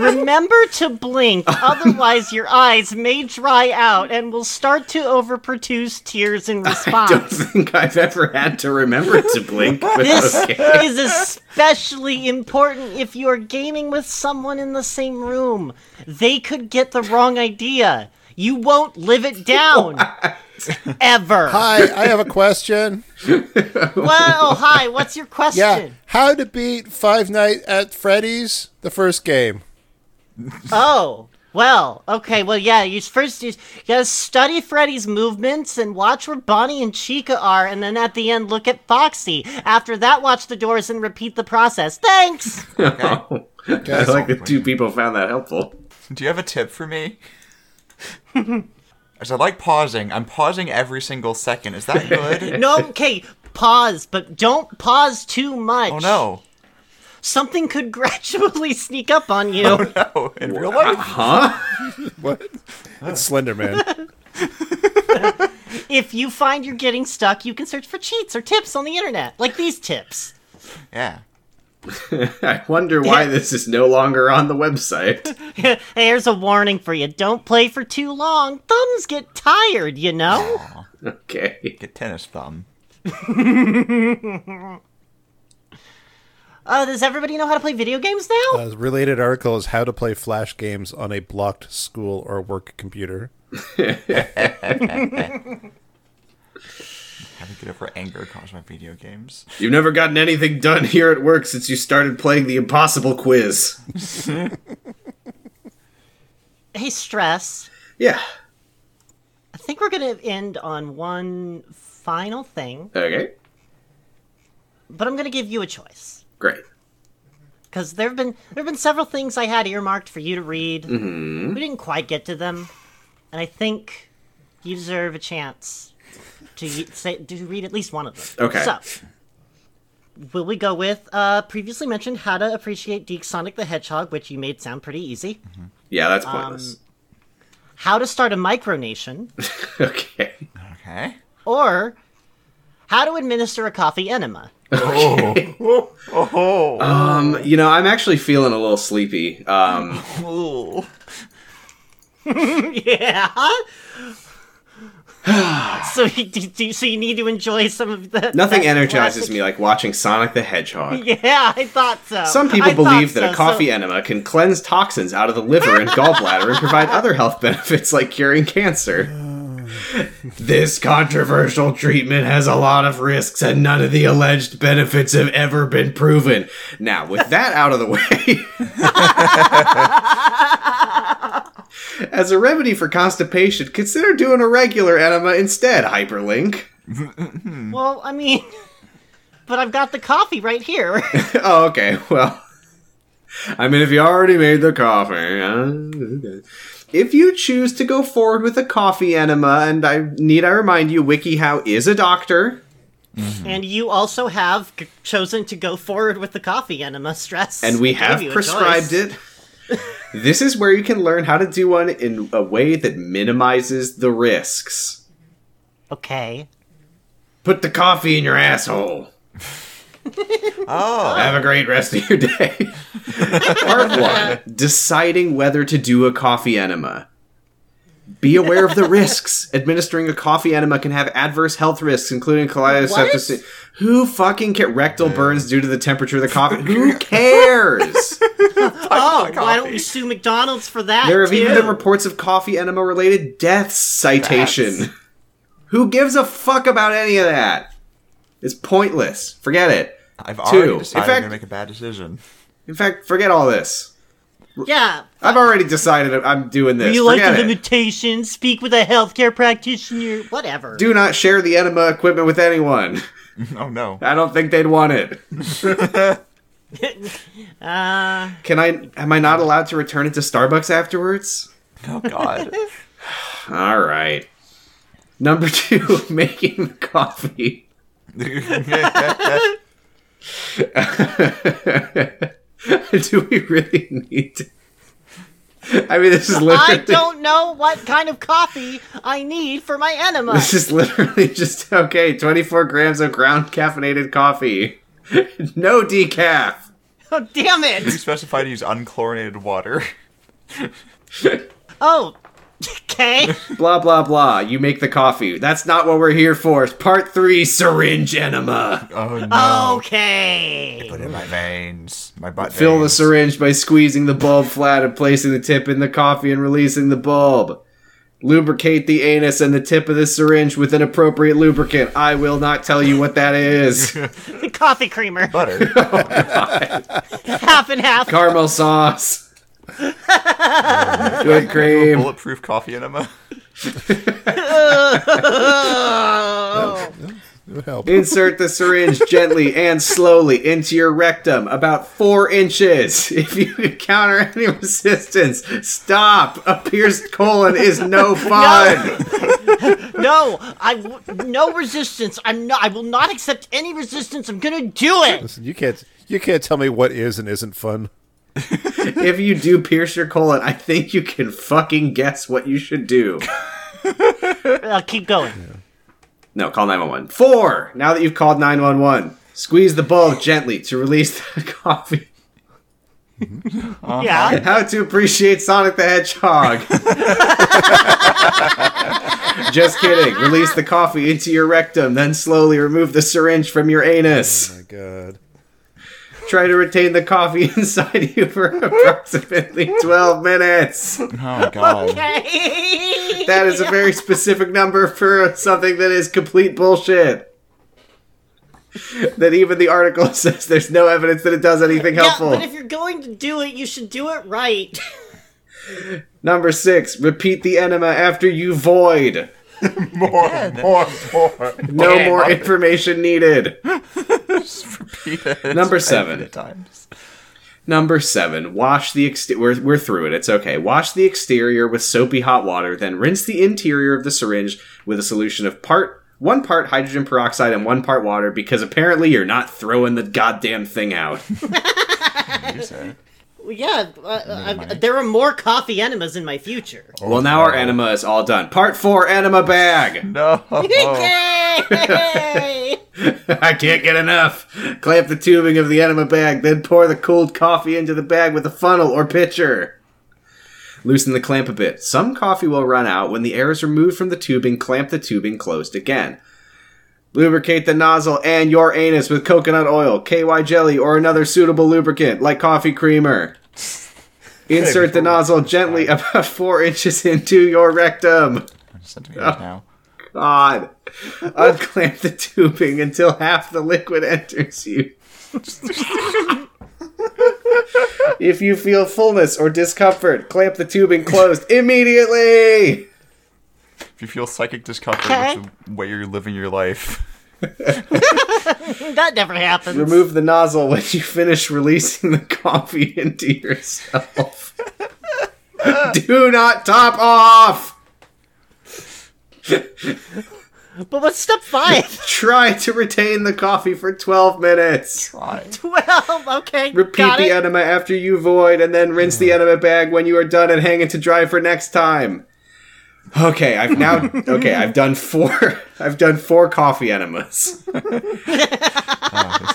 Remember to blink, otherwise your eyes may dry out and will start to overproduce tears in (laughs) I (laughs) don't response. think I've ever had to remember to (laughs) blink. But This okay. is especially important if you are gaming with someone in the same room. They could get the wrong idea. You won't live it down. Ever. Hi, I have a question. Well, hi, what's your Yeah, question? how to beat Five Nights at Freddy's? The first game. Oh, well, okay, well, yeah. You first you, you gotta study Freddy's movements and watch where Bonnie and Chica are, and then at the end look at Foxy. After that, watch the doors and repeat the process. Thanks. I like that two people found that helpful. Do you have a tip for (laughs) me? As I like pausing, I'm pausing every single second. Is that (laughs) good? No, okay, pause, but don't pause too much. Oh no, Something could (laughs) gradually sneak up on you. Oh, no! In real Uh, life, What? It's Slender Man. If you find you're getting stuck, you can search for cheats or tips on the internet, like these tips. yeah. I wonder why this is no longer on the website. (laughs) hey, here's a warning for you don't play for too long. Thumbs get tired, you know? Okay. Get tennis thumb. Uh, does everybody know how to play video games now? (laughs) A related article is how to play flash games on a blocked school or work computer. How to get over anger caused by video games. You've never gotten anything done here at work since you started playing the impossible quiz. (laughs) hey, stress. Yeah. I think we're going to end on one final thing, Okay. but I'm going to give you a choice. Great. because there have been there have been several things I had earmarked for you to read. Mm-hmm. We didn't quite get to them, and I think you deserve a chance to y- say to read at least one of them. Okay. So, will we go with uh, previously mentioned how to appreciate Deke Sonic the Hedgehog, which you made sound pretty easy. Yeah, that's pointless. How to start a (laughs) micronation, Um, okay. Okay. or how to administer a coffee enema. (laughs) Um, you know, I'm actually feeling a little sleepy. Um, Ooh. (sighs) yeah. so, (laughs) you, do, do- so you need to enjoy some of the nothing that energizes classic- me like watching Sonic the Hedgehog. Yeah, I thought so. Some people I believe thought that so, a coffee so- enema can cleanse toxins out of the liver and gallbladder and provide other health (laughs) benefits like curing cancer. this controversial treatment has a lot of risks, and none of the alleged benefits have ever been proven. Now, with that out of the way. (laughs) As a remedy for constipation, consider doing a regular enema instead, hyperlink. well, I mean, (laughs) but I've got the coffee right (laughs) here. Oh, okay. Well, I mean, if you already made the coffee, uh, if you choose to go forward with a coffee enema, and I need I remind you, WikiHow is a doctor, and you also have g- chosen to go forward with the coffee enema stress. and we have prescribed it. this is where you can learn how to do one in a way that minimizes the risks. Okay. Put the coffee in your asshole. Oh, Have a great rest of your day. Part one deciding whether to do a coffee enema. Be aware of the risks. Administering a coffee enema can have adverse health risks, including colitis. What? septicemia- Who fucking ca- rectal burns due to the temperature of the coffee? Who cares? Oh, why don't we sue McDonald's for that? there have too? even been reports of coffee enema related deaths citation. Who gives a fuck about any of that? It's pointless. Forget it. I've already In decided I'm fact- gonna make a bad decision. (laughs) In fact, forget all this. Yeah. I've already decided I'm doing this. You like Forget the it. limitations? Speak with a healthcare practitioner. Whatever. Do not share the enema equipment with anyone. Oh no. I don't think they'd want it. (laughs) Uh, Can I? Am I not allowed to return it to Starbucks afterwards? Oh (laughs) god. (laughs) All right. Number two, (laughs) making the coffee. (laughs) Do we really need to? I mean, this is I (laughs) literally. don't know what kind of coffee I need for my enema. This is literally just okay. Twenty-four grams of ground caffeinated coffee, no decaf. (laughs) Oh, damn you it. specify to use unchlorinated water. Oh, (laughs) okay. Blah blah blah. You make the coffee. That's not what we're here for. It's part three, syringe enema. Oh no. Okay. Put it in my veins. My butt. Fill the veins. syringe by squeezing the bulb flat and placing the tip in the coffee and releasing the bulb. Lubricate the anus and the tip of the syringe with an appropriate lubricant. I will not tell you what that is. The coffee creamer. butter. (laughs) Half and half. Caramel sauce. Good cream. Bulletproof coffee enema. It would help. Insert the syringe gently and slowly into your rectum, about four inches. If you encounter any resistance, stop. A pierced colon is no fun. (laughs) No, I w- no resistance. I'm not. I will not accept any resistance. I'm gonna do it. Listen, you can't you can't tell me what is and isn't fun. If you do pierce your colon, I think you can fucking guess what you should do. I'll Uh, keep going. No, call 911. Four. Now that you've called 911, squeeze the bulb gently to release the (laughs) coffee. Uh-huh. Yeah. How to appreciate Sonic the Hedgehog. Just kidding. Release the coffee into your rectum, then slowly remove the syringe from your anus. Oh My God. Try to retain the coffee (laughs) inside you for approximately 12 minutes. Oh (laughs) god. (laughs) Okay. That (laughs) is a very specific number for something that is complete bullshit. That even the article (laughs) says there's no evidence that it does anything (laughs) Yeah, helpful. but if you're going to do it, you should do it right. (laughs) Number six, repeat the enema after you void. More, more, more. No more information needed. Number seven. Infinite times. Number seven, wash the exterior. We're, we're through it. It's okay. Wash the exterior with soapy hot water, then rinse the interior of the syringe with a solution of part one part hydrogen peroxide and one part water because apparently you're not throwing the goddamn thing out. Jesus. Well, yeah. Uh, uh, I, there are more coffee enemas in my future. well, now our enema is all done. Part four, enema (laughs) bag. (laughs) No. Oh. oh. Yay! (laughs) (laughs) I can't get enough. Clamp the tubing of the enema bag, then pour the cooled coffee into the bag with a funnel or pitcher. Loosen the clamp a bit. Some coffee will run out. When the air is removed from the tubing, clamp the tubing closed again. Lubricate the nozzle and your anus with coconut oil, KY jelly, or another suitable lubricant like coffee creamer. Insert the nozzle gently (laughs) about four inches into your rectum. Centimeters now. God. Unclamp the tubing until half the liquid enters you. if you feel fullness or discomfort, clamp the tubing closed immediately. If you feel psychic discomfort Okay. with the way you're living your (laughs) life, that never happens. Remove the nozzle when you finish releasing the coffee into yourself. Do not top off. but what's step five? (laughs) Try to retain the coffee for 12 minutes. Twelve. Okay. Repeat got the it. enema after you void, and then rinse the enema bag when you are done and hang it to dry for next time. Okay, I've now okay. I've done four. (laughs) I've done four coffee enemas.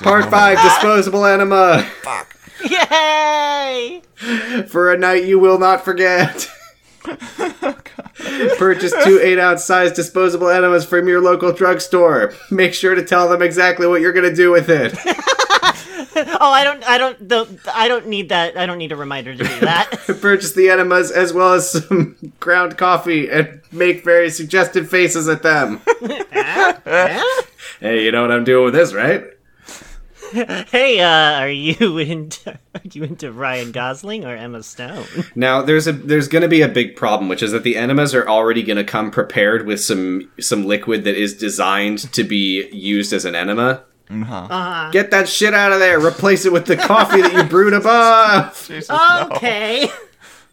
Part five: disposable enema Yay! for a night you will not forget. Purchase two eight-ounce size disposable enemas from your local drugstore. Make sure to tell them exactly what you're going to do with it. Oh, I don't, I don't, the, I don't need that. I don't need a reminder to do (laughs) that. purchase the enemas as well as some (laughs) ground coffee and make very suggestive faces at them. Yeah? hey, you know what I'm doing with this, right? Hey, uh, are you into are you into Ryan Gosling or Emma Stone? Now there's a there's going to be a big problem, which is that the enemas are already going to come prepared with some some liquid that is designed to be used as an enema. Get that shit out of there. Replace it with the coffee that you brewed above. Jesus, (laughs) Okay.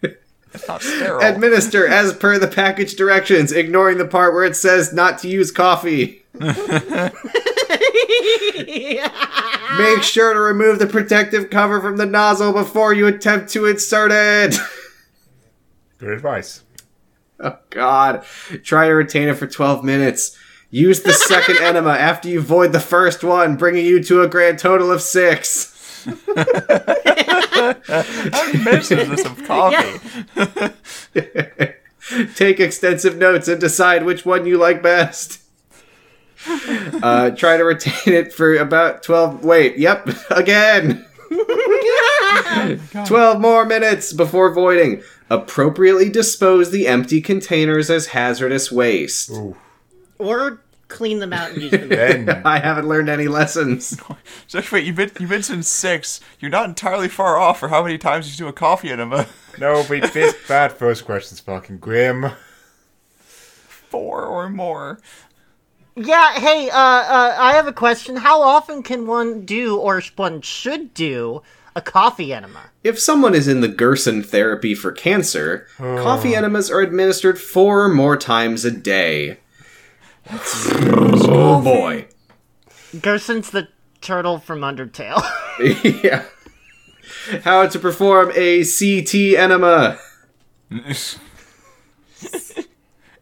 no, it's not sterile. Administer as per the package directions, ignoring the part where it says not to use coffee. Make sure to remove the protective cover from the nozzle before you attempt to insert it. (laughs) Good advice. Oh God! Try to retain it for twelve minutes. Use the second enema after you void the first one, bringing you to a grand total of six. (laughs) How many minutes is this of coffee? Take extensive notes and decide which one you like best. Uh, try to retain it for about twelve. Wait, yep, (laughs) again. Twelve more minutes before voiding. Appropriately dispose the empty containers as hazardous waste. or clean them out and use them. Then I haven't learned any lessons. So wait, you, men- you mentioned six. You're not entirely far off for how many times you do a coffee enema. (laughs) no, we missed that first question's fucking grim. Four or more. (laughs) (laughs) Yeah, hey, uh, uh, I have a question. How often can one do, or sh- one should do, a coffee enema? If someone is in the Gerson therapy for cancer, coffee enemas are administered four or more times a day. oh boy. (laughs) Gerson's the turtle from Undertale. yeah. How to perform a CT enema. Is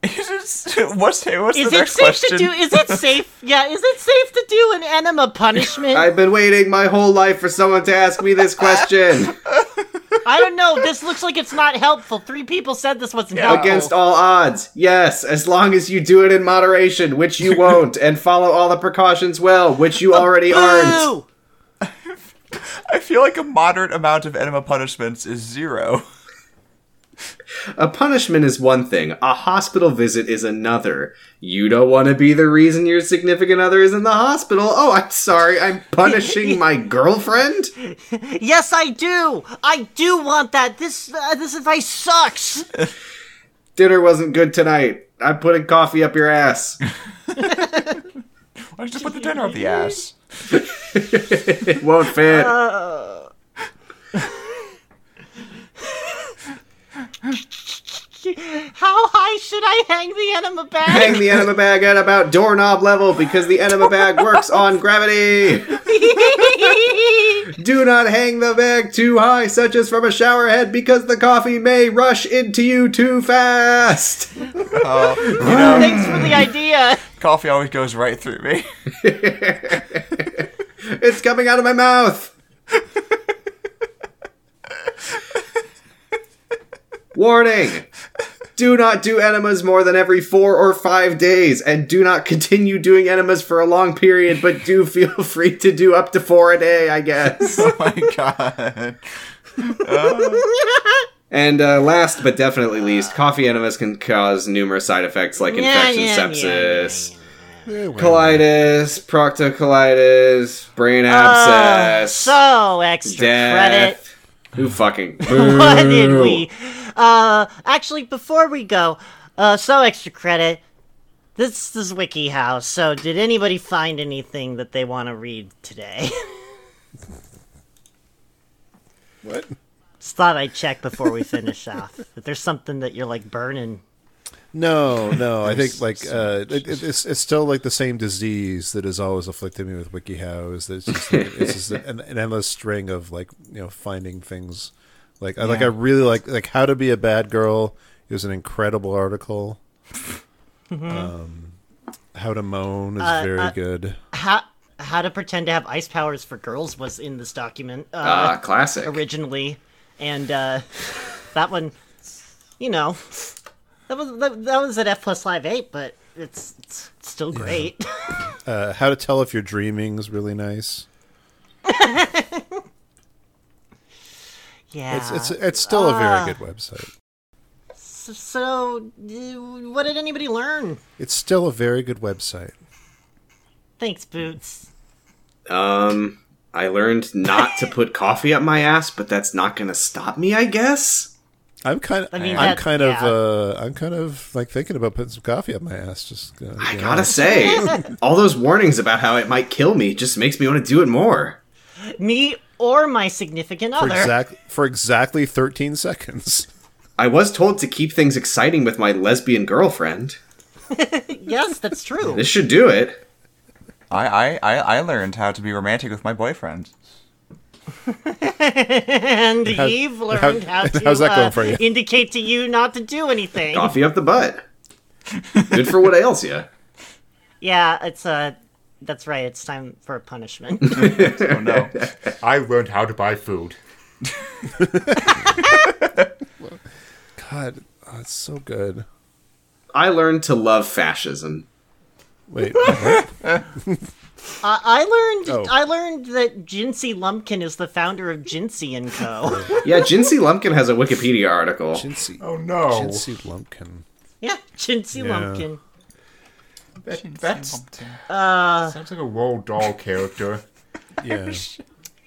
it, what's what's Is the it next safe question? to do? Is it safe? Yeah, is it safe to do an enema (laughs) punishment? I, I've been waiting my whole life for someone to ask me this question. don't know. This looks like it's not helpful. Three people said this wasn't helpful. Against all odds, yes, as long as you do it in moderation, which you won't, and follow all the precautions well, which you already aren't. Boo! I feel like a moderate amount of enema punishments is zero. (laughs) A punishment is one thing, a hospital visit is another. You don't want to be the reason your significant other is in the hospital. Oh, I'm sorry, I'm punishing my girlfriend? Yes, I do. I do want that. This uh, this advice sucks. Dinner wasn't good tonight. I'm putting coffee up your ass. Why don't you just put the dinner up the ass? It won't fit. How high should I hang the enema bag? Hang the enema bag at about doorknob level because the enema bag works on gravity. Do not hang the bag too high, such as from a shower head, because the coffee may rush into you too (laughs) fast. Thanks for the idea. Coffee always goes right through me. It's coming out of my mouth. Warning. Do not do enemas more than every four or five days, and do not continue doing enemas for a long period, but do feel (laughs) free to do up to four a day, I guess. oh (laughs) my god. and uh, last but definitely least, coffee enemas can cause numerous side effects like Yeah, infection, yeah, yeah, sepsis, colitis, proctocolitis, brain abscess. So extra Oh, credit. Death. Who fucking? (laughs) Why did we? Uh, actually, before we go, uh, so extra credit. This is Wiki House. So, did anybody find anything that they want to read today? (laughs) What? Just thought I'd check before we finish off. If there's something that you're like burning. No, no. I think like uh, it, it- it's it's still like the same disease that has always afflicted me with WikiHow is that it's just, like, it's just an, an endless string of like you know finding things like I like I really like like how to be a bad girl is an incredible article. um, how to moan is very good. How how to pretend to have ice powers for girls was in this document uh, Ah, classic. originally, and uh, that one, you know, that was that, that was at F plus live eight, but it's, it's still great. (laughs) Uh, how to tell if you're dreaming is really nice. Yeah. It's it's it's still a very good website. S- so, uh, what did anybody learn? It's still a very good website. Thanks, Boots. Um, I learned not to put coffee up my ass, but that's not going to stop me, I guess. I'm kind of, I mean, am that- kind yeah. of, uh, I'm kind of like thinking about putting some coffee up my ass. Just, uh, I gotta say, all those warnings about how it might kill me just makes me want to do it more. Me or my significant for other. exact for exactly 13 seconds. (laughs) I was told to keep things exciting with my lesbian girlfriend. Yes, that's (laughs) true. This should do it. I, I, I, I learned how to be romantic with my boyfriend. and How- you've learned how, (laughs) how- to how's that uh, going for you? indicate to you not to do (laughs) anything. Coffee up the butt. Good for what ails you. Yeah, it's Uh, that's right. It's time for punishment. Oh (laughs) no. I learned how to buy food. God, oh, it's so good. I learned to love fascism. Wait, what? I, I learned. Oh. I learned that Jinsey Lumpkin is the founder of Jinsey and Co. Yeah, Jinsey Lumpkin has a Wikipedia article. Chintzy, Oh no. Chintzy Lumpkin. (laughs) yeah, Jinsey Yeah. Lumpkin. That, that's, sounds like a Roald doll character. Yeah,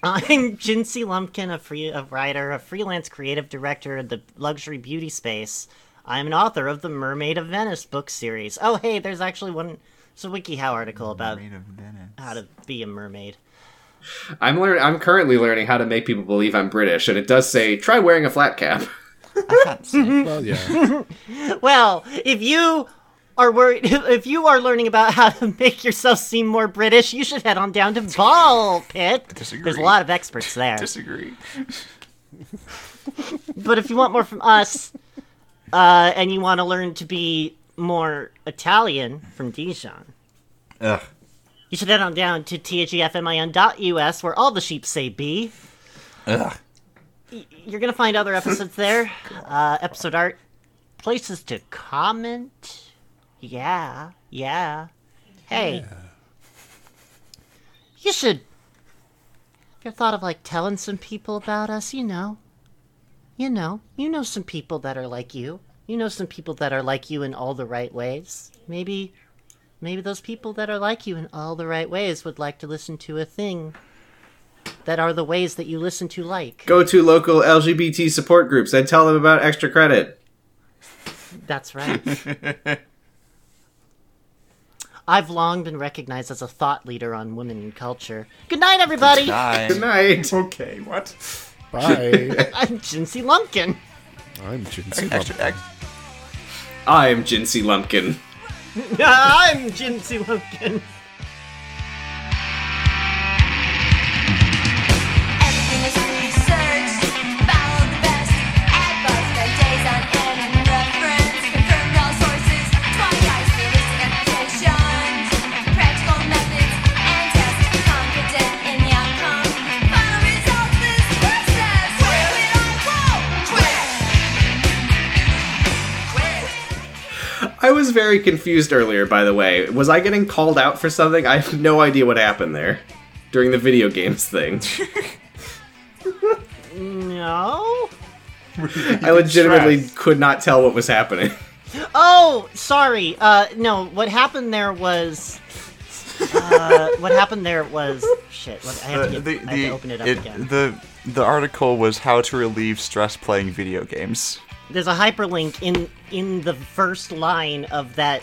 I'm Jinsey Lumpkin, a free a writer, a freelance creative director in the luxury beauty space. I'm an author of the Mermaid of Venice book series. Oh, hey, there's actually one. It's a WikiHow article about how to be a mermaid. I'm learn- I'm currently learning how to make people believe I'm British, and it does say try wearing a flat cap. well, yeah. Well, if you are worried, (laughs) if you are learning about how to make yourself seem more British, you should head on down to Ball Pit. disagree. There's a lot of experts there. Disagree. but if you want more from us, uh, and you want to learn to be more Italian from Dijon, Ugh. you should head on down to E thegfmin.us, where all the sheep say "b." Ugh. You're gonna find other episodes there, uh, episode art, places to comment. Yeah, yeah. Hey, you should. Have you thought of like telling some people about us? You know, you know, you know some people that are like you. You know some people that are like you in all the right ways. Maybe, maybe those people that are like you in all the right ways would like to listen to a thing. That are the ways that you listen to like. Go to local LGBT support groups and tell them about extra credit. That's right. (laughs) I've long been recognized as a thought leader on women in culture. Good night, everybody. Good Nine. night. Okay, what? (laughs) Bye. I'm Jinsey Lumpkin. (laughs) I'm Chintzy Extra, Lumpkin. ex- I'm Jinsey Lumpkin. I'm Jinsey Lumpkin. Everything is researched, found best advice. Spent days on end in reference, confirmed all sources twice. Realistic expectations, practical methods, and tests. Confident in the outcome, final results is process. Where will I go? Where? I was very confused earlier, by the way. Was I getting called out for something? I have no idea what happened there during the video games thing. No. I legitimately could not tell what was happening. (laughs) Oh, sorry. Uh, no. What happened there was. Uh, what happened there was shit. What, I, have to Uh, the, get, the, I have to open it up it- again. the the article was how to relieve stress playing video games. (laughs) There's a hyperlink in in the first line of that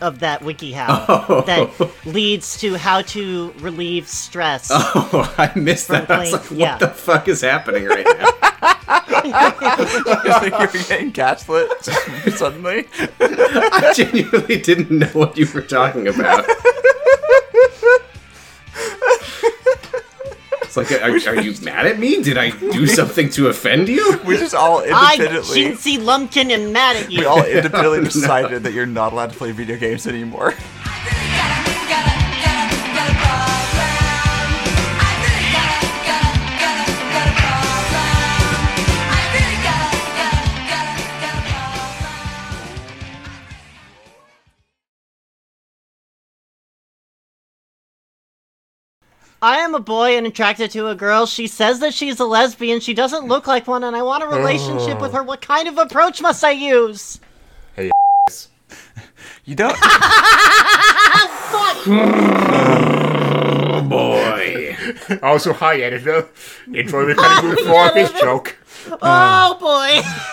of that WikiHow that leads to how to relieve stress. (laughs) Oh, I missed that. I was like, Frankly, what yeah. the fuck is happening right now? You're getting gaslit (laughs) suddenly. I (laughs) genuinely didn't know what you were talking about. It's like, are, are you mad at me? Did I do something to offend you? We just all I'm independently. Jinsey Lumpkin and mad at (laughs) you. we (laughs) all independently decided that you're not allowed to play video games anymore. I really gotta, gotta, gotta, gotta program. I really gotta, gotta, gotta, gotta program. I really gotta, gotta, gotta, gotta program. I am a boy and attracted to a girl. She says that she's a lesbian. She doesn't look like one, and I want a relationship with her. What kind of approach must I use? (laughs) You don't. Oh boy. Also, hi, editor. Enjoy the cutting room floor of this joke. Oh boy!